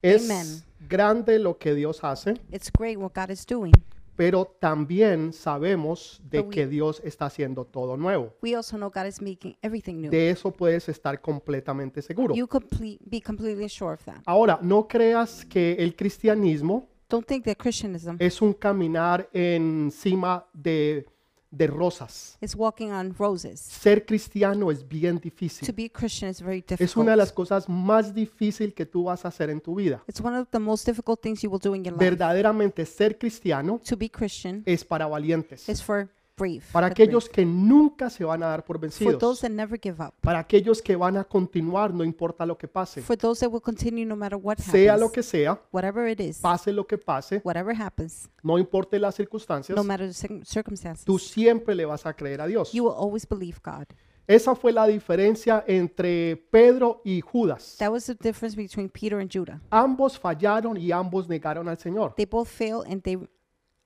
Es Amen. grande lo que Dios hace, It's great what God is doing. pero también sabemos de But we- que Dios está haciendo todo nuevo. We also know God is making everything new. De eso puedes estar completamente seguro. You complete, be completely sure of that. Ahora, no creas que el cristianismo Don't think that Christianism es un caminar encima de, de rosas. is walking on roses. Ser cristiano es bien To difícil. be a Christian is very Es una de las difficult. cosas más difíciles que tú vas a hacer en tu vida. It's one of the most difficult things you will do in your life. Verdaderamente ser cristiano To be Christian es para valientes, is for brave. para but brave. aquellos que nunca se van a dar por for those vencidos, that never give up. para aquellos que van a continuar no importa lo que pase, For those that will continue no matter what sea lo happens. que sea, Whatever it is. pase lo que pase, Whatever happens. no importe las circunstancias, No matter the cir- tú circumstances. siempre le vas a creer a Dios. You will always believe God. Esa fue la diferencia entre Pedro y Judas. That was the difference between Peter and Judah. Ambos fallaron y ambos negaron al Señor, They both failed and they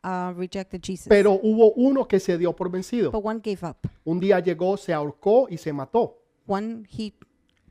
uh, rejected Jesus. pero hubo uno que se dio por vencido. but one gave up. Un día llegó, se ahorcó y se mató. One, he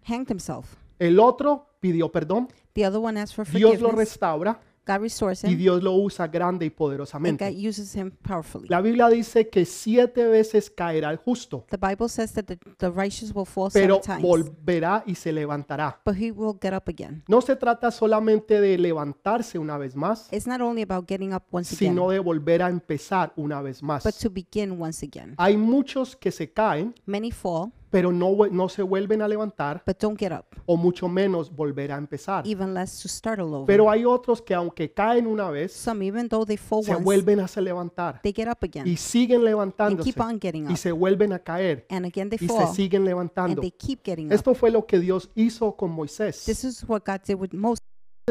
hanged himself. El otro pidió perdón, The other one asked for Dios forgiveness. lo restaura God restores y him. Dios lo usa grande y And God poderosamente. uses him powerfully. La Biblia dice que siete veces caerá el justo, The Bible says that the, the righteous will fall pero seven times. volverá y se levantará. but he will get up again. No se trata solamente de levantarse una vez más, It's not only about getting up once again, sino de volver a empezar una vez más. but to begin once again. Hay muchos que se caen, Many fall, pero no, vu- no se vuelven a levantar but don't get up, o mucho menos volver a empezar. even less to start all over. Pero hay otros que aunque caen una vez, Some, even though they fall se once, vuelven a se levantar they get up again y siguen and levantándose keep on getting y up. se vuelven a caer And again they y se fall siguen and levantando. they keep getting up. Esto fue lo que Dios hizo con Moisés. This is what God did with Moses.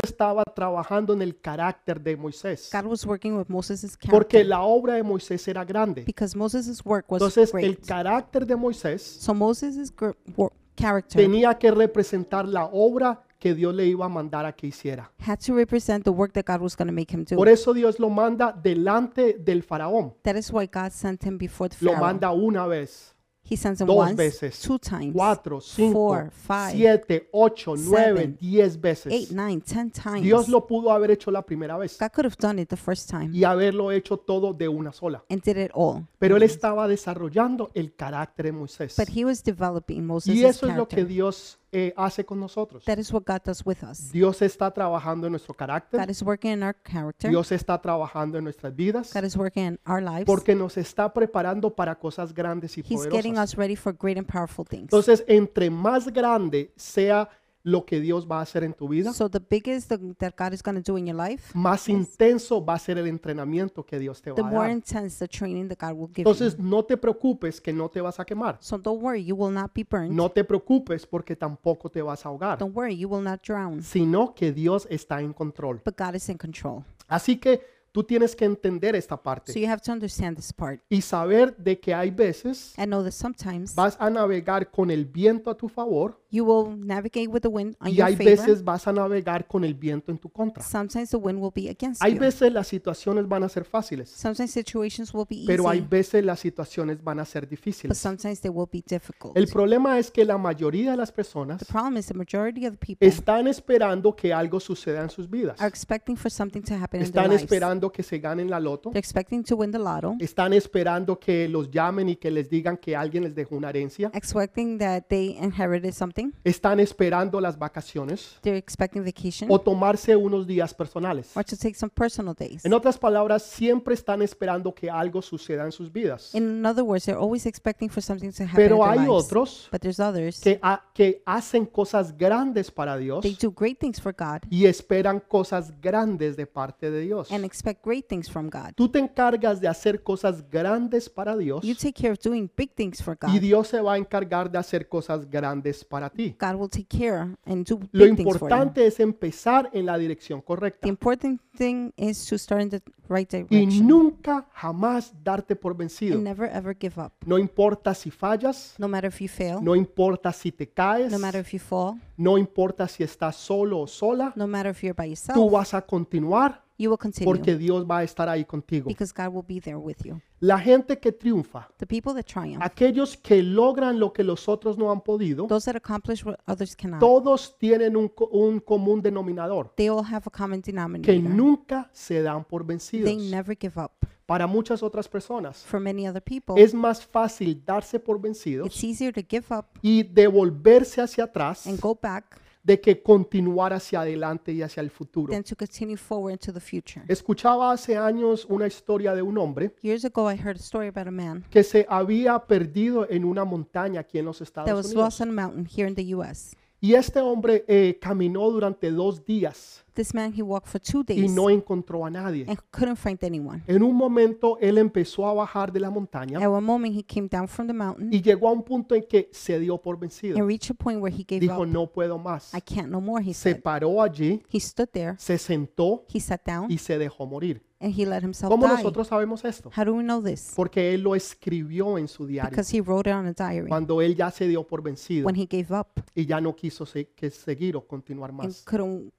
Estaba trabajando en el carácter de Moisés God was working with Moses' porque character la obra de Moisés era grande. because Moses' work was Entonces el great. carácter de Moisés So Moses' gr- wor- character tenía que representar la obra que Dios le iba a mandar a que hiciera. had to represent the work that God was going to make him do. Por eso Dios lo manda delante del faraón. That is why God sent him before the Lo Pharaoh. manda una vez, he sends him dos once, veces, two times, cuatro, cinco, four, five, siete, ocho, nueve, seven, diez eight, veces. nine, ten times. Dios lo pudo haber hecho la primera vez God could have done it the first time y haberlo hecho todo de una sola. and did it all. Pero él estaba desarrollando el carácter de Moisés. But he was developing Moses' Y eso es lo character. que Dios eh, hace con nosotros. that is what God does with us. Dios está trabajando en nuestro God carácter. is working in our character. Dios está trabajando en nuestras vidas God is working in our lives. porque nos está preparando para cosas grandes y He's getting poderosas. us ready for great and powerful things. Entonces, entre más grande sea lo que Dios va a hacer en tu vida, So the biggest thing that God is going to do in your life, más intenso va a ser el entrenamiento que Dios te the va a more dar. intense the training that God will give you. Entonces, no te preocupes que no te vas a quemar. So don't worry, you will not be burned. No te preocupes porque tampoco te vas a ahogar, Don't worry, you will not drown. sino que Dios está en control. But God is in control. Así que tú tienes que entender esta So parte you have to understand this part y saber de que hay veces and know that sometimes vas a navegar con el viento a tu favor you will navigate with the wind on y your hay favor. veces vas a navegar con el viento en tu contra. Sometimes the wind will be against Hay you. veces las situaciones van a ser fáciles. Sometimes situations will be pero hay easy, veces las situaciones van a ser but difíciles. sometimes they will be difficult. El problema es que la mayoría de las personas The problem is the majority of the people están esperando que algo suceda en sus vidas. are expecting for something to happen in their Están lives. esperando que se ganen la loto. They're expecting to win the lotto, Están esperando que los llamen y que les digan que alguien les dejó una herencia. expecting that they inherited something. Están esperando las vacaciones They're expecting vacation o tomarse unos días personales. or to take some personal days. En otras palabras, siempre están esperando que algo suceda en sus vidas. In other words, they're always expecting for something to happen Pero in hay their lives. otros But there's others. que, ha- que hacen cosas grandes para Dios They do great things for God y esperan cosas grandes de parte de Dios. and expect great things from God. Tú te encargas de hacer cosas grandes para Dios You take care of doing big things for y God. Dios se va a encargar de hacer cosas grandes para ti. God will take care and do Lo big things for you. importante es empezar en la dirección The correcta important thing is to start in the right y direction nunca jamás darte por vencido. and never ever give up. No importa si fallas, No matter if you fail, no importa si te caes, no matter if you fall, no importa si estás solo o sola, no matter if you're by tú yourself, vas a continuar You will continue porque Dios va a estar ahí contigo. because God will be there with you. La gente que triunfa, The people that triumph, aquellos que logran lo que los otros no han podido, those that accomplish what others cannot, todos tienen un, co- un común denominador, they all have a common denominator. que nunca se dan por they vencidos. never give up. Para muchas otras personas For many other people, es más fácil darse por vencidos it's easier to give up y devolverse hacia atrás and go back de que continuar hacia adelante y hacia el futuro. than to continue forward into the future. Escuchaba hace años una historia de un hombre Years ago, I heard a story about a man que se había perdido en una montaña aquí en los that Estados was Unidos. lost on a mountain here in the U.S. Y este hombre eh, caminó durante dos días This man, he walked for two y days no encontró a nadie. and couldn't find anyone. En un momento él empezó a bajar de la montaña At one moment, he came down from the mountain y llegó a un punto en que se dio por and vencido. reached a point where he gave Dijo, up. no puedo más. I can't no more, he Se said. paró allí, He stood there, se sentó he sat down, y se dejó morir. and he let himself ¿Cómo die. nosotros sabemos esto? How do we know this? Porque él lo escribió en su diario Because he wrote it on a diary cuando él ya se dio por vencido when he gave up y ya no quiso se- que seguir o continuar and más. couldn't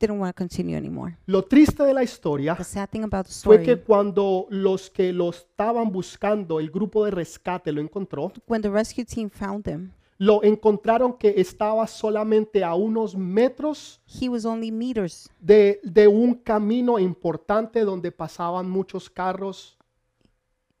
didn't want to continue anymore. Lo triste de la historia The sad thing about the fue story que cuando los que lo estaban buscando, el grupo de rescate lo encontró, when the rescue team found him, lo encontraron que estaba solamente a unos metros he was only meters. de, de un camino importante donde pasaban muchos carros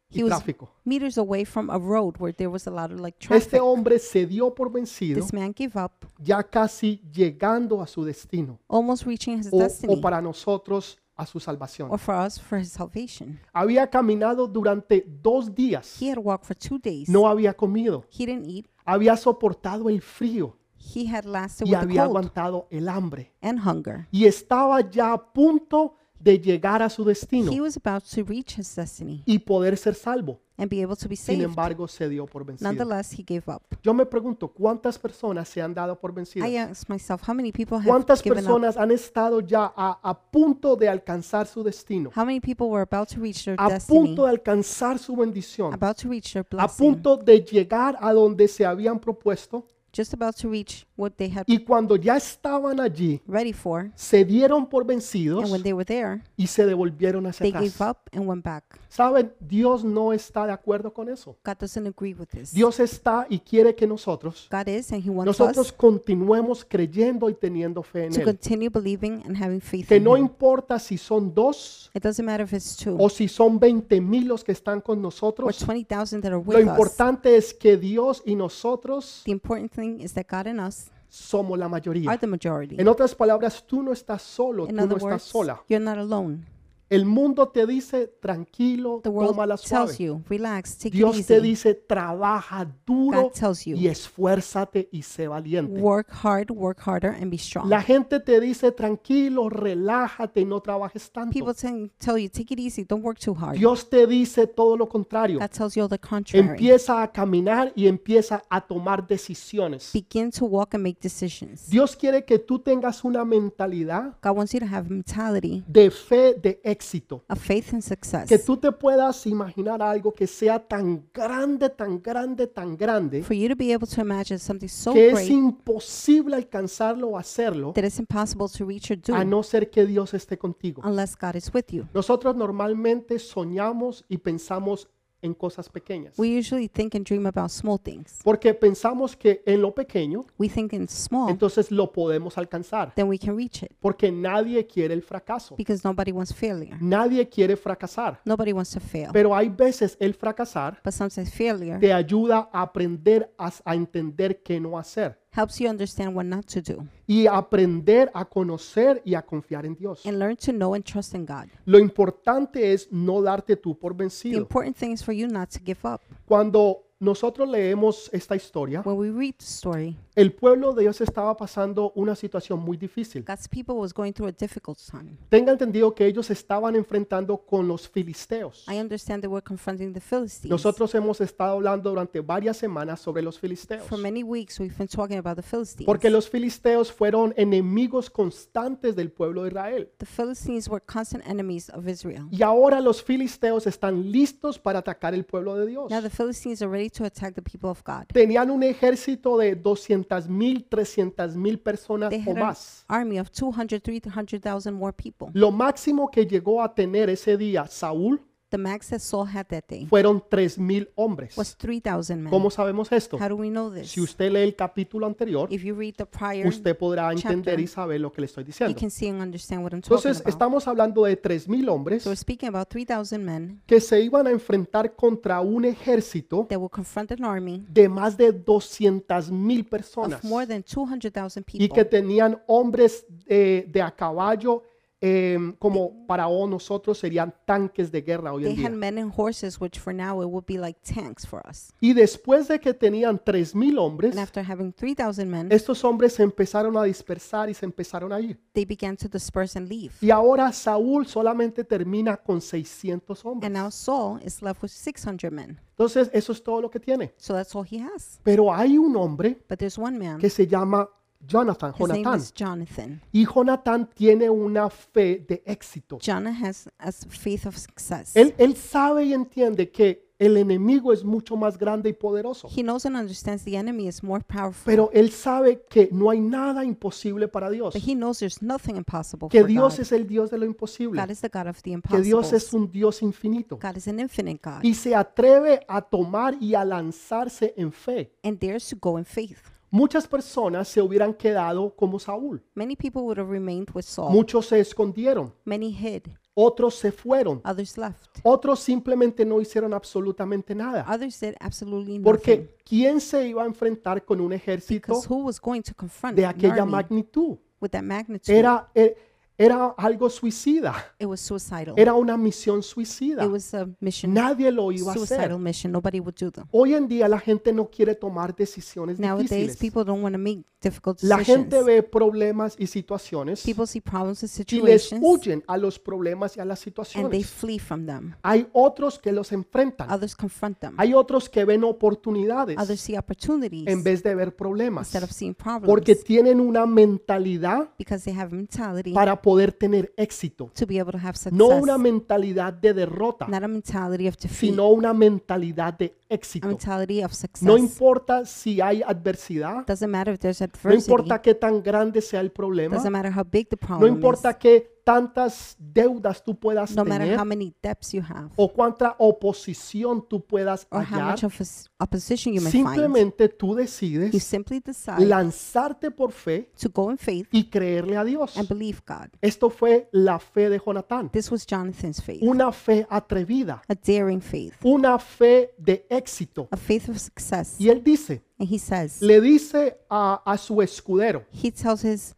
y He was tráfico. meters away from a road where there was a lot of like Este traffic. hombre se dio por vencido This man gave up, ya casi llegando a su destino almost reaching his o, o destiny, para nosotros a su salvación. or for us, for his salvation. Había caminado durante dos días, He had walked for two days. no había comido, He didn't eat. había soportado el frío He had lasted y with the había cold aguantado el hambre and hunger. y estaba ya a punto de llegar a su He destino was about to reach his destiny y poder ser salvo. and be able to be Sin saved. embargo, se dio por vencido. Nonetheless, he gave up. Yo me pregunto, ¿cuántas personas se han dado por vencidas? I asked myself, how many people have ¿Cuántas given up? personas han estado ya a, a punto de alcanzar su destino? How many people were about to reach their A destiny, punto de alcanzar su bendición. about to reach their A blessing, punto de llegar a donde se habían propuesto. just about to reach what they had Y cuando ya estaban allí, ready for? se dieron por And vencidos when they were there, y se devolvieron hacia they gave atrás. up and went back. ¿Saben? Dios no está de acuerdo con eso. God doesn't agree with this. Dios está y quiere que nosotros, God is, and He wants nosotros us continuemos creyendo y teniendo fe en to Él. continue believing and having faith Que in no Him. importa si son dos It doesn't matter if it's two o si son 20 mil los que están con or nosotros. 20,000 that are Lo with us. importante es que Dios y nosotros The important thing is that God and us somos la are mayoría. the majority. En otras palabras, tú no estás solo, tú In no other estás words, sola. you're not alone. El mundo te dice, tranquilo, The world tómala tells suave. you, relax, take it Dios te easy. dice, trabaja duro God tells you. y esfuérzate y sé valiente. Work hard, work harder, and be strong. La gente te dice, tranquilo, relájate y no trabajes tanto. People tell, tell you, take it easy, don't work too hard. Dios te dice todo lo contrario. That tells you all the contrary. Empieza a caminar y empieza a tomar decisiones. Begin to walk and make decisions. Dios quiere que tú tengas una mentalidad God wants you to have a mentality de fe de éxito. of faith and success. Que tú te puedas imaginar algo que sea tan grande, tan grande, tan grande, For you to be able to imagine something so que es great imposible alcanzarlo o hacerlo that it's impossible to reach or a do Ah, no ser que Dios esté contigo. unless God is with you. Nosotros normalmente soñamos y pensamos en cosas pequeñas. We usually think and dream about small things. Porque pensamos que en lo pequeño, We think in small, entonces lo podemos alcanzar. then we can reach it Porque nadie quiere el fracaso. because nobody wants failure. Nadie quiere fracasar. Nobody wants to fail. Pero hay veces el fracasar But sometimes failure te ayuda a aprender a, a entender qué no hacer. helps you understand what not to do Y aprender a conocer y a confiar en Dios. and learn to know and trust in God. Lo importante es no darte tú por The vencido. important thing is for you not to give up. Cuando nosotros leemos esta historia, When we read the story, el pueblo de Dios estaba pasando una situación muy difícil. God's people was going through a difficult time. Tenga entendido que ellos estaban enfrentando con los filisteos. I understand they were confronting the Philistines. Nosotros hemos estado hablando durante varias semanas sobre los filisteos. For many weeks, we've been talking about the Philistines. Porque los filisteos fueron enemigos constantes del pueblo de Israel. the Philistines were constant enemies of Israel. Y ahora los filisteos están listos para atacar el pueblo de Dios. Now the Philistines are ready to attack the people of God. Tenían un ejército de 200.000 200 mil, 300 mil personas They o had an más. army of 200, 300,000 more people. Lo máximo que llegó a tener ese día Saúl The max that Saul had that day fueron 3 mil hombres. was 3,000 men. ¿Cómo sabemos esto? How do we know this? Si usted lee el capítulo anterior, If you read the prior, usted podrá entender chapter, y saber lo que le estoy you diciendo. can see and understand what I'm talking Entonces, about. estamos hablando de 3 mil hombres So we're speaking about 3,000 men que se iban a enfrentar contra un ejército that will confront an army de más de 200 mil personas of more than 200,000 y que people tenían hombres eh, de a caballo eh, como para o- nosotros serían tanques de guerra hoy They en had día. men and horses, which for now it would be like tanks for us. Y después de que tenían 3.000 hombres, And after having 3,000 men, estos hombres se empezaron a dispersar y se empezaron a ir. they began to disperse and leave. Y ahora Saúl solamente termina con 600 hombres. And now Saul is left with 600 men. Entonces, eso es todo lo que tiene. So that's all he has. Pero hay un hombre But there's one man. que se llama Jonathan, His name Jonathan. is Jonathan. Y Jonathan tiene una fe de éxito. Jonah has as faith of success. Él, él sabe y entiende que el enemigo es mucho más grande y poderoso, He knows and understands the enemy is more powerful. pero él sabe que no hay nada imposible para Dios, But he knows there's nothing impossible que for Dios God. es el Dios de lo God imposible, is the God of the que Dios impossible. es un Dios infinito God is an infinite God y se atreve a tomar y a lanzarse en fe. and dares to go in faith. Muchas personas se hubieran quedado como Saúl, Many people would have remained with Saul. muchos se escondieron, Many hid. otros se fueron, Others left. otros simplemente no hicieron absolutamente nada, Others did absolutely nothing. porque ¿quién se iba a enfrentar con un ejército Because who was going to confront de an aquella army magnitud? with that magnitude? era, e- era algo suicida, it was suicidal. era una misión suicida. it was a mission, Nadie lo iba a suicidal hacer. mission. Nobody would do them. Hoy en día la gente no quiere tomar decisiones Nowadays, difíciles. people don't want to make difficult La decisions. gente ve problemas y situaciones people see problems and y les situations huyen a los problemas y a las and they situaciones. flee from them. Hay otros que los enfrentan. Others confront them. Hay otros que ven Others oportunidades see opportunities en vez de ver problemas. instead of seeing problems Porque tienen una mentalidad because they have mentality para poder tener éxito. to be able to have success. No una mentalidad de derrota. not a mentality of defeat, sino una mentalidad de a éxito. mentality of success. No importa si hay adversidad, doesn't matter if there's no adversity. importa qué tan grande sea el problema, doesn't matter how big the no problem importa qué tantas deudas tú puedas is. No matter tener how many debts you have o cuánta oposición tú puedas or how hallar, much of os- opposition you may find. simplemente tú You decides simply decide lanzarte por fe to go in faith y creerle a Dios. and believe God. Esto fue la fe de Jonatán, This was Jonathan's faith, una fe atrevida, a daring faith, una fe de éxito. a faith of success. Y él dice, And he says, le dice a- a su escudero, he tells his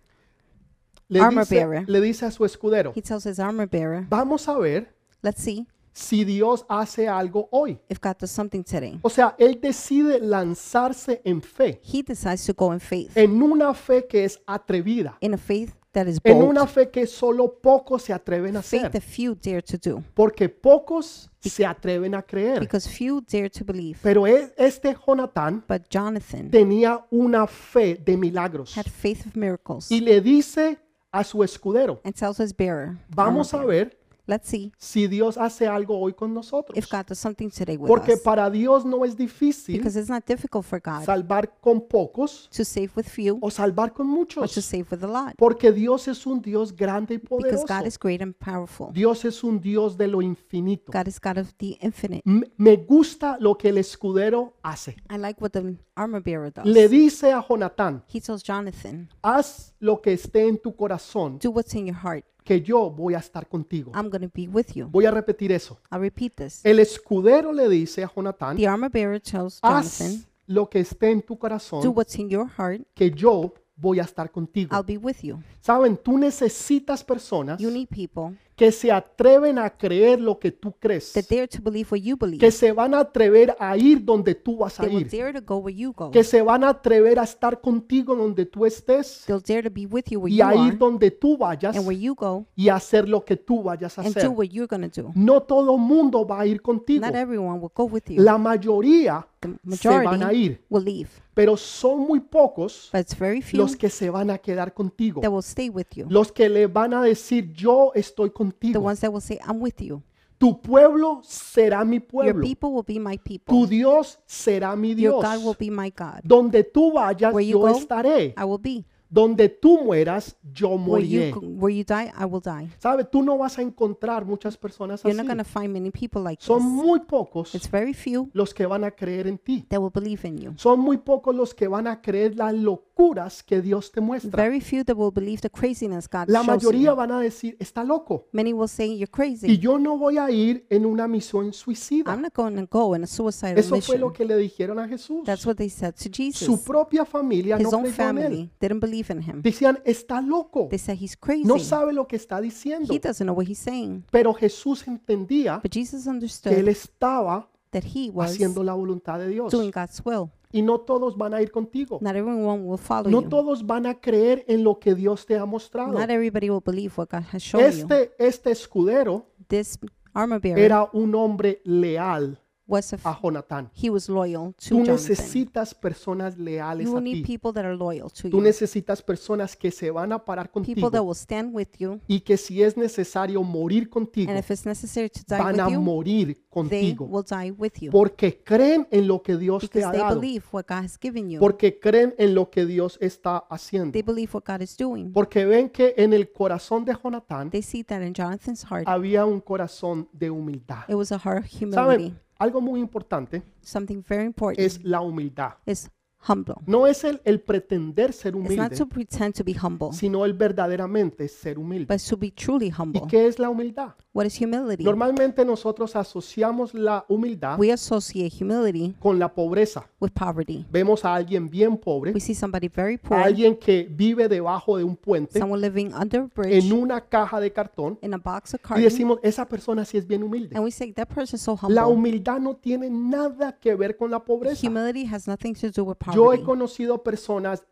le Armor dice, bearer. le dice a su escudero, he tells his armor bearer, vamos a ver let's see si Dios hace algo hoy. if God does something today. O sea, él decide lanzarse en fe, He decides to go in faith, en una fe que es atrevida, in a faith that is en una bold, fe que solo pocos se atreven a faith hacer, that few dare to do, porque pocos se atreven a creer. because few dare to believe. Pero e- este Jonatán But Jonathan tenía una fe de milagros had faith of miracles y le dice a su escudero, and tells his bearer, vamos a armor bearer, ver let's see si Dios hace algo hoy con nosotros. if God does something today with Porque us. para Dios no es difícil Because it's not difficult for God salvar con pocos to save with few o salvar con or to muchos. save with a lot. Porque Dios es un Dios grande y Because poderoso. God is great and powerful. Dios es un Dios de lo infinito. God is God of the infinite. M- Me gusta lo que el escudero hace. I like what the armor bearer Le does. dice a Jonatán, He tells Jonathan, haz lo que esté en tu corazón, Do what's in your heart. que yo voy a estar contigo. I'm going to be with you. Voy a repetir eso. I'll repeat this. El escudero le dice a Jonatán, The armor bearer tells Jonathan, haz lo que esté en tu Do corazón, what's in your heart. que yo voy a estar contigo. I'll be with you. Saben, tú necesitas personas You need people que se atreven a creer lo que tú crees, that dare to believe what you believe. que se van a atrever a ir donde tú vas a They will ir, dare to go where you go. que se van a atrever a estar contigo donde tú estés They'll dare to be with you where y you a are ir donde tú vayas and where you go y a hacer lo que tú vayas a and do hacer. what you're going to do. No todo mundo va a ir contigo, Not everyone will go with you. la mayoría The se van a majority ir, will leave, pero son muy pocos but it's very few los que se van a quedar contigo, that will stay with you. los que le van a decir yo estoy The contigo. ones that will say, I'm with you. Tu pueblo será mi Your pueblo. people will be my Tu people. Dios será mi Your Dios. God will be my God. Donde tú vayas, Where you yo go, estaré. I will be. Donde tú mueras, yo Where you moriré. go- where you die, I will die. ¿Sabe? Tú no vas a encontrar muchas personas You're así. not going to find many people like Son this. muy pocos It's very few los que van a creer en ti. that will believe in you. Son muy pocos los que van a creer las locuras que Dios te muestra. Very few that will believe the craziness God La shows mayoría you. van a decir, está loco. Many will say you're Y crazy. yo no voy a ir en una misión suicida. I'm not going to go on a suicidal Eso fue lo mission. que le dijeron a Jesús. That's what they said to Su Jesus. propia familia no His own creyó en él. family didn't believe in him. Decían, está loco. They said he's No crazy. sabe lo que está diciendo. He doesn't know what he's saying. Pero Jesús entendía But Jesus que él understood estaba that he was haciendo la voluntad de Dios. doing God's will. Y no todos van a ir contigo. Not everyone will follow No you. todos van a creer en lo que Dios te ha mostrado. Not everybody will believe what God has shown you. Este, este escudero This armor bearer era un hombre leal was a a f- Jonatán. he was Tú loyal to Jonathan. necesitas personas leales You a will need ti. people that are loyal Tú to you. necesitas personas que se van a parar People that contigo will stand with you. y que si es necesario morir contigo, And if it's necessary to die van a with you, morir they contigo. will die with you. Porque creen en lo que Dios te Because ha they dado. believe what God has given you. Porque creen en lo que Dios está haciendo. They believe what God is doing. Porque ven que en el corazón de Jonatán They see that in Jonathan's heart, había un corazón de humildad. it was a heart of humility. ¿Saben? Algo muy importante Something very important es la humildad. is humble. No es el, el pretender ser It's not to humilde, pretend to be humble, sino el verdaderamente ser humilde. but it's to be truly ¿Y humble. qué es la humildad? What is humility? Normalmente nosotros asociamos la humildad We associate humility con la pobreza. with poverty. Vemos a alguien bien pobre, We see somebody very a poor, alguien que vive debajo de un puente, someone living under a bridge en una caja de cartón, in a box of y carton, decimos, esa persona sí es bien humilde. and we say that person is so La humble. humildad no tiene nada que ver con la pobreza. Humility has nothing to do with Yo he poverty. conocido personas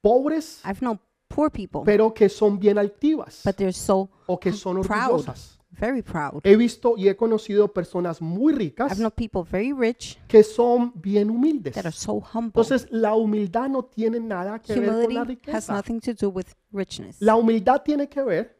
pobres, I've known poor people, pero que son bien altivas but they're so o que son proud. orgullosas. very proud. He visto y he conocido personas muy I've ricas known people very rich que son bien humildes. that are so humble. Entonces, la humildad no tiene nada que ver con la Humility has riqueza. nothing to do with richness. La humildad tiene que ver,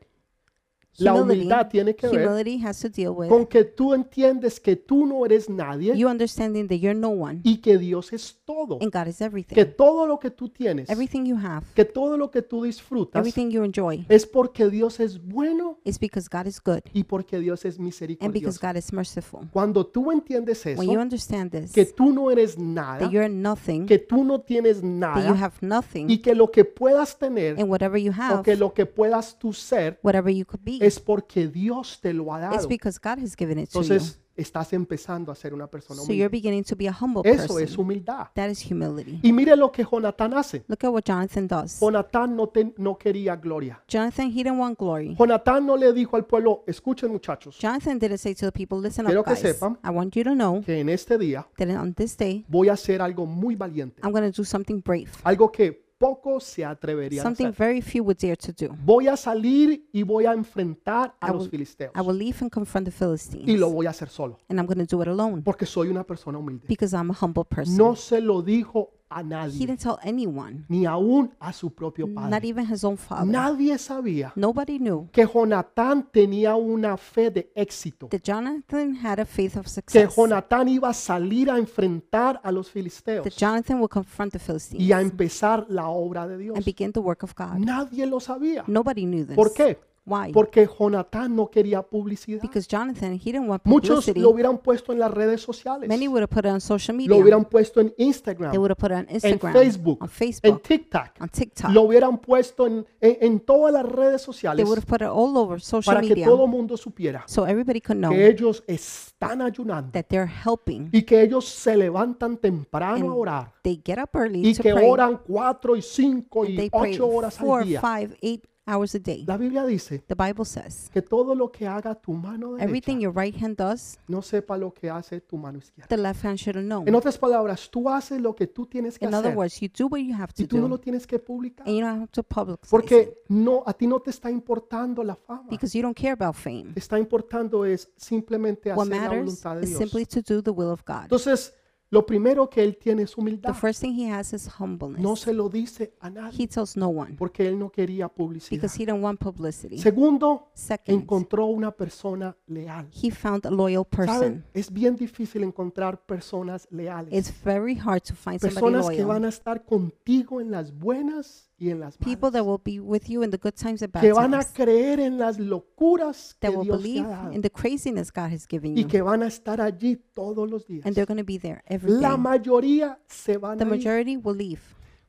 la humildad tiene que ver humility has to deal with con que tú entiendes que tú no eres nadie you understanding that you're no one y que Dios es todo. and God is Que everything. todo lo que tú tienes, Everything you have, que todo lo que tú disfrutas everything you enjoy es porque Dios es bueno is because God is good y porque Dios es and because misericordioso. God is merciful. Cuando tú entiendes eso, When you understand this, que that tú no eres nada, you're nothing, que tú no tienes that you nada have nothing, y que lo que puedas tener and whatever you o have, que lo que puedas tú ser whatever you could be, es porque Dios te lo ha it's dado. because God has given it to you. Entonces estás empezando a ser una persona So you're humilde. beginning to be a humble Eso es person. humildad. That is humility. Y mire lo que Jonatán hace. Look at what Jonathan does. Jonatán no, te- no quería gloria. Jonathan, he didn't want glory. Jonatán no le dijo al pueblo, escuchen muchachos, Jonathan didn't say to the people, listen Quiero up, que guys. sepan I want you to know que en este día that on this day, voy a hacer algo muy valiente. I'm going to do something brave, Algo que pocos se atreverían a something hacer. very few would dare to do. Voy a salir y voy a enfrentar a I los will- filisteos. I will leave and confront the Y lo Philistines, voy a hacer solo. and I'm going to do it alone Porque soy una persona humilde. because I'm a humble person. No se lo dijo a He nadie. didn't tell anyone, Ni aún a su propio not padre. even his own father. Nadie sabía Nobody knew que Jonatán tenía una fe de éxito. that Jonathan had a faith of Que success, Jonatán iba a salir a enfrentar a los that filisteos Jonathan would confront the y Philistines a empezar la obra de Dios. and begin the work of God. Nadie lo sabía. Nobody knew this. ¿Por qué? Why? Porque Jonatán no quería publicidad. Because Jonathan, he didn't want Muchos publicity. lo hubieran puesto en las redes sociales. Many would have put it on social Lo media. hubieran puesto en They Instagram, would have put it on en Instagram, Facebook, on en Facebook, TikTok. on TikTok. Lo hubieran puesto en, en- en todas las redes They sociales would have put it all over social para que media todo mundo supiera so everybody could que know ellos están ayunando that they're helping. y que ellos se levantan temprano a And orar They get up early y to que pray. oran cuatro y cinco and y they pray ocho horas four, al día. five, eight hours a day. La Biblia dice The Bible says que todo lo que haga tu mano derecha everything your right hand does, no sepa lo que hace tu mano izquierda. the left hand should have known. En otras palabras, tú haces lo que tú tienes que In other hacer words, you do what you have y to tú no do, lo tienes que publicar. and you don't have to publicize it Porque no, a ti no te está importando la fama. Te because you don't care about fame. está importando es simplemente What hacer la matters voluntad de is Dios. simply to do the will of God. Entonces, Lo primero que él tiene es humildad. The first thing he has is humbleness. No se lo dice a nadie He tells no one porque él no quería publicidad. because he didn't want publicity. Segundo, Second, encontró una persona leal. he found a loyal person. ¿Saben? Es bien difícil encontrar personas leales. It's very hard to find somebody Personas que van loyal. a estar contigo en las buenas y en las People that malas. will be with you in the good times and bad Que van a times. creer en las locuras que That will Dios te believe ha dado in the craziness God has given y you. que van a estar allí todos los días. And they're going to be there every La day. mayoría se van The a ir. majority will leave.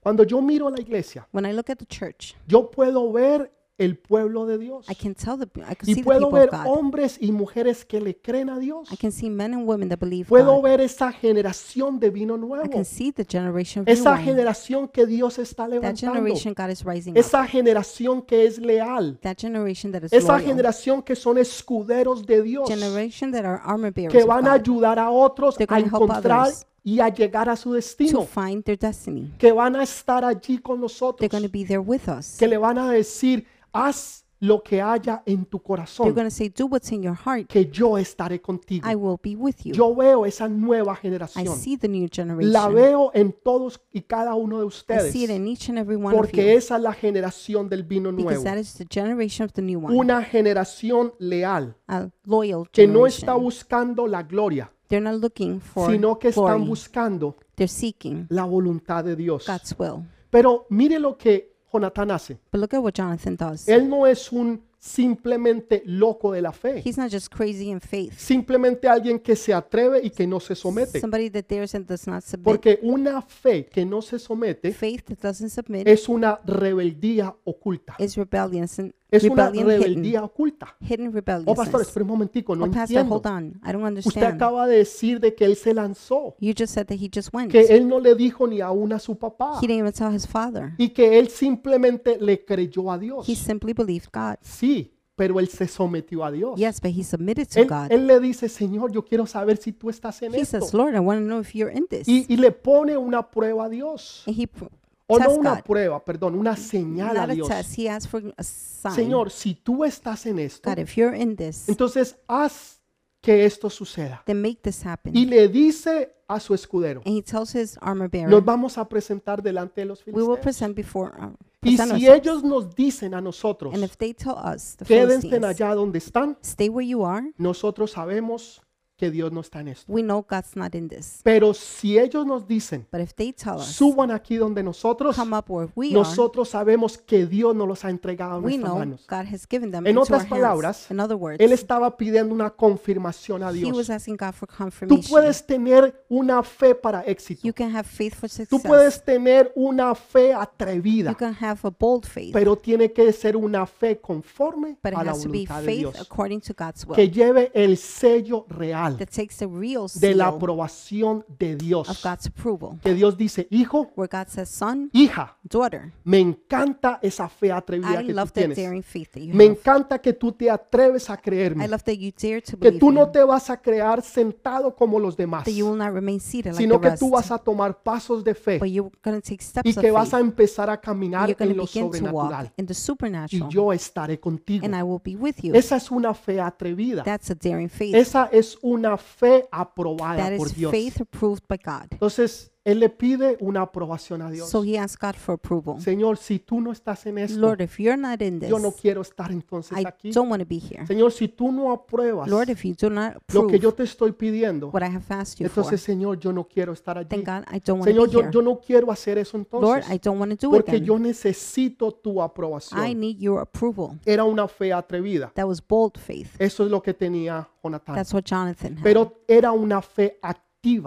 Cuando yo miro la iglesia, When I look at the church, yo puedo ver el pueblo de Dios I can tell the I can see y the puedo people ver of God. hombres y mujeres que le creen a Dios. I can see men and women that believe Puedo God. ver esa generación de vino I nuevo, can see the generation of new esa wine. generación que Dios está That levantando, generation God is rising up. esa generación que es leal, That generation that is esa loyal. generación que son escuderos de Dios, Generation that are armor bearers que of van a God ayudar a otros They're a gonna help encontrar others. y a llegar a su to destino, find their destiny. que van a estar allí con They're nosotros, going to be there with us. que le van a decir, haz lo que haya en tu They're corazón, going to say, "Do what's in your heart. que yo estaré contigo. I will be with you." Yo veo esa nueva I generación. see the new generation. La veo en todos y cada uno de I see it ustedes. in each and every one of Porque you esa es la generación del vino because nuevo. that is the generation of the new one, Una generación leal a loyal que no está generation. buscando la gloria, They're not looking for sino que están glory. buscando They're seeking la voluntad de Dios. God's will. Pero mire lo que Jonatán hace. But look at what Jonathan does. Él no es un simplemente loco de la fe, He's not just crazy in faith. simplemente alguien que se atreve y que no se somete. Somebody that dares and does not submit. Porque una fe que no se somete Faith that doesn't submit es una rebeldía oculta. is rebellion. sin- Es una Rebellion hidden. rebeldía oculta. Hidden Oh, pastor, rebelliousness. espera un momentico, no Oh, pastor, entiendo. hold on. I don't Usted understand. acaba de decir de que él se lanzó, You just said that he just went. que He él no le dijo ni aún a su papá didn't even tell his father. y que él simplemente le creyó a Dios. He simply believed God. Sí, pero él se sometió a Dios. Yes, but he submitted to Él, God. él le dice, Señor, yo quiero saber si tú estás en He esto. says, Lord, I want to know if you're in this. Y, y le pone una prueba a Dios. And he pr- O no tests una God. prueba, perdón, una señal a Not a Dios. test. He asked for a sign. Señor, si tú estás en esto, God, if you're in this, entonces haz que esto suceda. then make this happen. y le dice a su escudero, And he tells his armor bearer, nos vamos a presentar delante de los we will filisteos. present before uh, Y present si ourselves. ellos nos dicen a nosotros, And if they tell us, the quédense Philistines, allá donde están, stay where you are, nosotros sabemos que Dios no está en esto. we know God's not in this. Pero si ellos nos dicen, But if they tell us, suban aquí donde nosotros, come up where we are, nosotros sabemos que Dios nos los ha entregado en we nuestras know manos. God has given them En into our otras hands. palabras, in other words, Él estaba pidiendo una confirmación a he was Dios. asking God for Tú confirmation. puedes tener una fe para éxito. you can have faith for Tú success. puedes tener una fe you atrevida. can have a bold faith, pero tiene que ser una fe conforme but it a la has to be voluntad de faith Dios, according to God's will que lleve el sello real that takes the real de la seal aprobación de of Dios, God's approval, que Dios dice, hijo, where God says, son, hija, daughter, me encanta esa fe I atrevida que tú love that tienes, daring faith that you me have. encanta que tú te atreves a I creerme, love that you dare to que believe tú no me, te vas a crear sentado como los demás, that you will not remain seated like the sino que rest, tú vas a tomar pasos de fe but you're going to take y steps of que vas faith. a empezar a and caminar You're going en to lo begin to walk sobrenatural in the y supernatural, yo estaré contigo. and I will be with you. Esa es una fe atrevida. That's a daring faith. Esa es una fe aprobada That por is Dios. faith approved by God. Entonces, Él le pide una aprobación a Dios. So he asked God for approval. Señor, si tú no estás en esto, Lord, if you're not in yo no this, quiero estar entonces I aquí. don't want to be here. Señor, si tú no apruebas Lord, if you do not lo que yo approve te estoy pidiendo, what I have asked you for, entonces, Señor, yo no quiero estar then allí. God, I don't want to Señor, be yo, here. yo no quiero hacer eso Lord, I entonces, don't want to do it porque then. yo necesito tu I aprobación. need your approval. Era una fe atrevida. That was bold faith. Eso es lo que tenía Jonathan. That's what Jonathan had. Pero era una fe activa.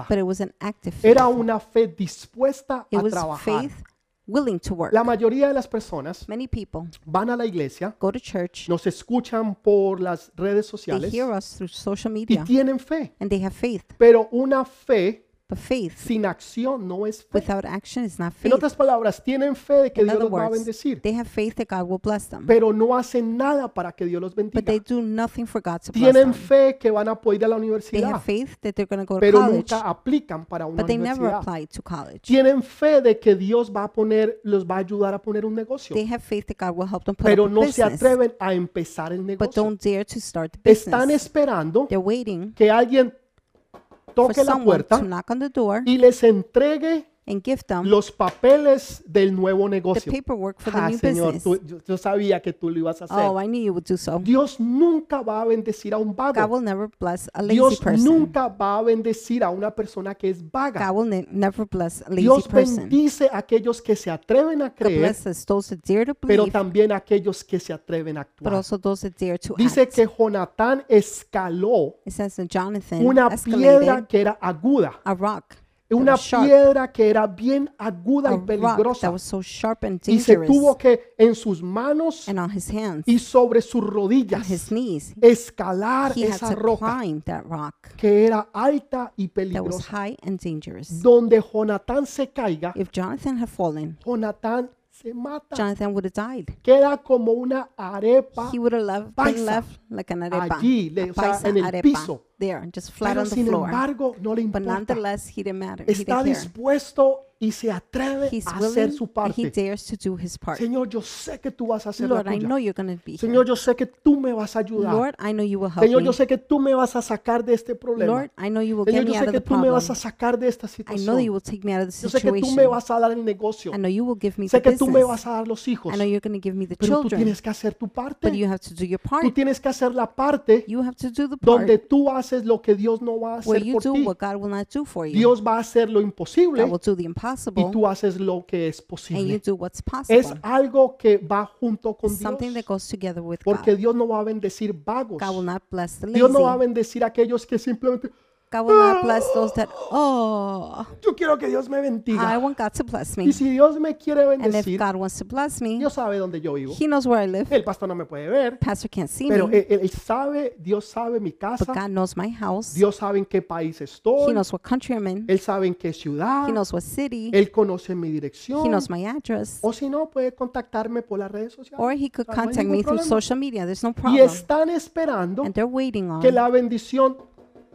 But it was an active faith. Era una fe dispuesta It a was trabajar. faith willing to work. La mayoría de las personas Many people van a la iglesia, go to church, nos escuchan por las redes they sociales hear us through social y media, tienen fe, and they have faith. pero una fe But faith sin acción no es fe. without action is En not faith. otras palabras, tienen fe de que In Dios other los va a words, bendecir, they have faith that God will bless them, pero no hacen nada para que Dios los but they bendiga. do nothing for God to bless Tienen them. fe que van a poder ir a la They universidad, have faith that they're going to go to pero college, nunca aplican para una but they never universidad. apply to college. Tienen fe de que Dios va a poner, los va a ayudar a poner un negocio, They have faith that God will help them put pero up a no se business, atreven a empezar el but negocio. don't dare to start the Están business. esperando They're waiting que alguien for toque la someone to puerta knock on the door y les entregue and give them los papeles del nuevo the negocio. paperwork for the Ah, new Señor, business. tú- yo, yo sabía que tú lo ibas a Oh, hacer. I knew you would do so. Dios nunca va a bendecir a un God vago. will never bless a lazy Dios person. nunca va a bendecir a una persona que es vaga. God will ne- never bless a lazy Dios person. bendice a aquellos que se atreven a God creer, blesses those that dare to pero believe, también a aquellos que se atreven a but actuar. also those that dare to Dice act. que Jonatán escaló It says that Jonathan una piedra escalated que era aguda, a rock that una was sharp, piedra que era bien aguda a y rock that peligrosa, was so sharp and y se dangerous, tuvo que en sus manos and on his hands, y sobre sus on rodillas his knees, escalar he had esa to roca climb that rock que era alta y that was peligrosa. high and dangerous. Donde Jonatán se caiga, If Jonathan had fallen, Jonatán se mata, Jonathan would have died. queda como una arepa He would have left, paisa. been left like an arepa, Allí, le- a o sea, paisa en el arepa, piso. there, just flat Pero on the sin floor. embargo, no le but importa. nonetheless, he didn't matter. he Está didn't care. dispuesto y se atreve He's a hacer willing, su and he parte. dares to do his part. Señor, yo sé que tú vas a hacer la Lord, I know tuya. you're going to be here. Señor, yo sé que tú me vas a ayudar. Lord, I know you will help Señor, me. yo sé que tú me vas a sacar de este problema. Lord, I know you will Señor, get yo me out sé of que the tú me vas a problem. sacar de esta I know that you situación. will take me out of the Yo sé que tú me situation. vas a dar el negocio. I know you will give me the Sé que tú me business. vas a dar los hijos. I know you're going to give me the Pero tú children. tienes que hacer tu But parte. you have to do your Tú part. tienes que hacer la parte You have to do the part donde tú haces lo que Dios no va a where hacer you por do ti. what God will not do for you. Dios va a hacer lo imposible God will do the y impossible, tú haces lo que es and you posible. do what's Es possible. algo que va junto con Something that Dios. goes together with Porque God. Dios no va a bendecir vagos. God will not bless the lazy. Dios no va a God bendecir a aquellos que simplemente, will not bless those that, ¡Ah! oh, yo quiero que Dios me I bendiga. want God to bless Y me. si Dios me quiere And if bendecir, God wants to bless me, Dios sabe dónde yo vivo. He knows where I live. El pastor no me puede ver, Pastor can't see pero me, él, él sabe, Dios sabe mi but casa, God knows my house. Dios sabe en qué país He estoy, knows what country I'm in. Él sabe en qué ciudad, He knows what city. Él conoce mi He dirección, knows my address. o si no, puede contactarme por las redes Or sociales. he could Ah, no hay contact ningún me through problema. social media. There's no Y problem. están esperando And they're waiting on que la bendición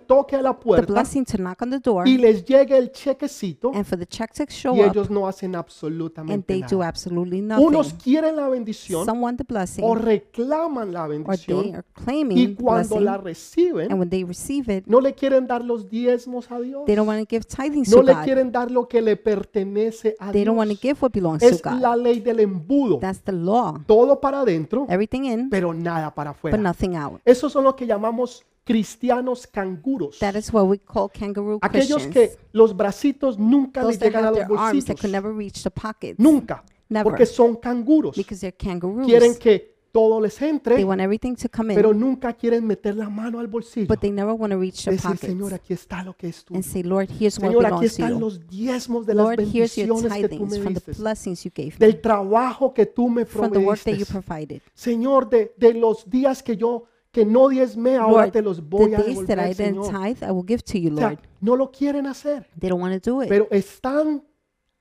toque a la the puerta blessing to knock on the door y les llegue el chequecito and for the check to y show up. ellos no hacen And absolutamente they do nada. absolutely Unos nothing. quieren la bendición Someone the blessing, o or reclaman la they bendición are claiming y the cuando la blessing. And reciben when they receive it, no le quieren dar los diezmos a Dios. they don't want to give tithings No to le God. quieren dar lo que le pertenece a They Dios. don't want to give what belongs to Es God. la ley del embudo. That's the law. Todo para adentro, Everything in, pero nada para but afuera. nothing out. Esos son los que llamamos cristianos canguros. That is what we call kangaroo Aquellos Christians. que los bracitos nunca Those les that llegan a have los their arms that could bolsillos. never reach the pockets. Nunca. Never. Porque son canguros. Because they're kangaroos. Quieren que todo les They entre, want everything to come in, pero nunca quieren meter la mano al bolsillo. but they never want to reach their Decir, pockets Señor, aquí está lo que es tuyo. and say, Lord, here's what Señor, aquí belongs to están you. los diezmos de las Lord, here's your bendiciones que tú tithings me from the diste, blessings you gave me, del trabajo que tú me from the work that you proveiste. provided. Señor, de, de los días que yo que no diezmé, ahora Lord, te los voy a the days that I devolver, didn't Señor. tithe, I will give to you, O sea, Lord. no lo quieren hacer, They don't want to do it, pero están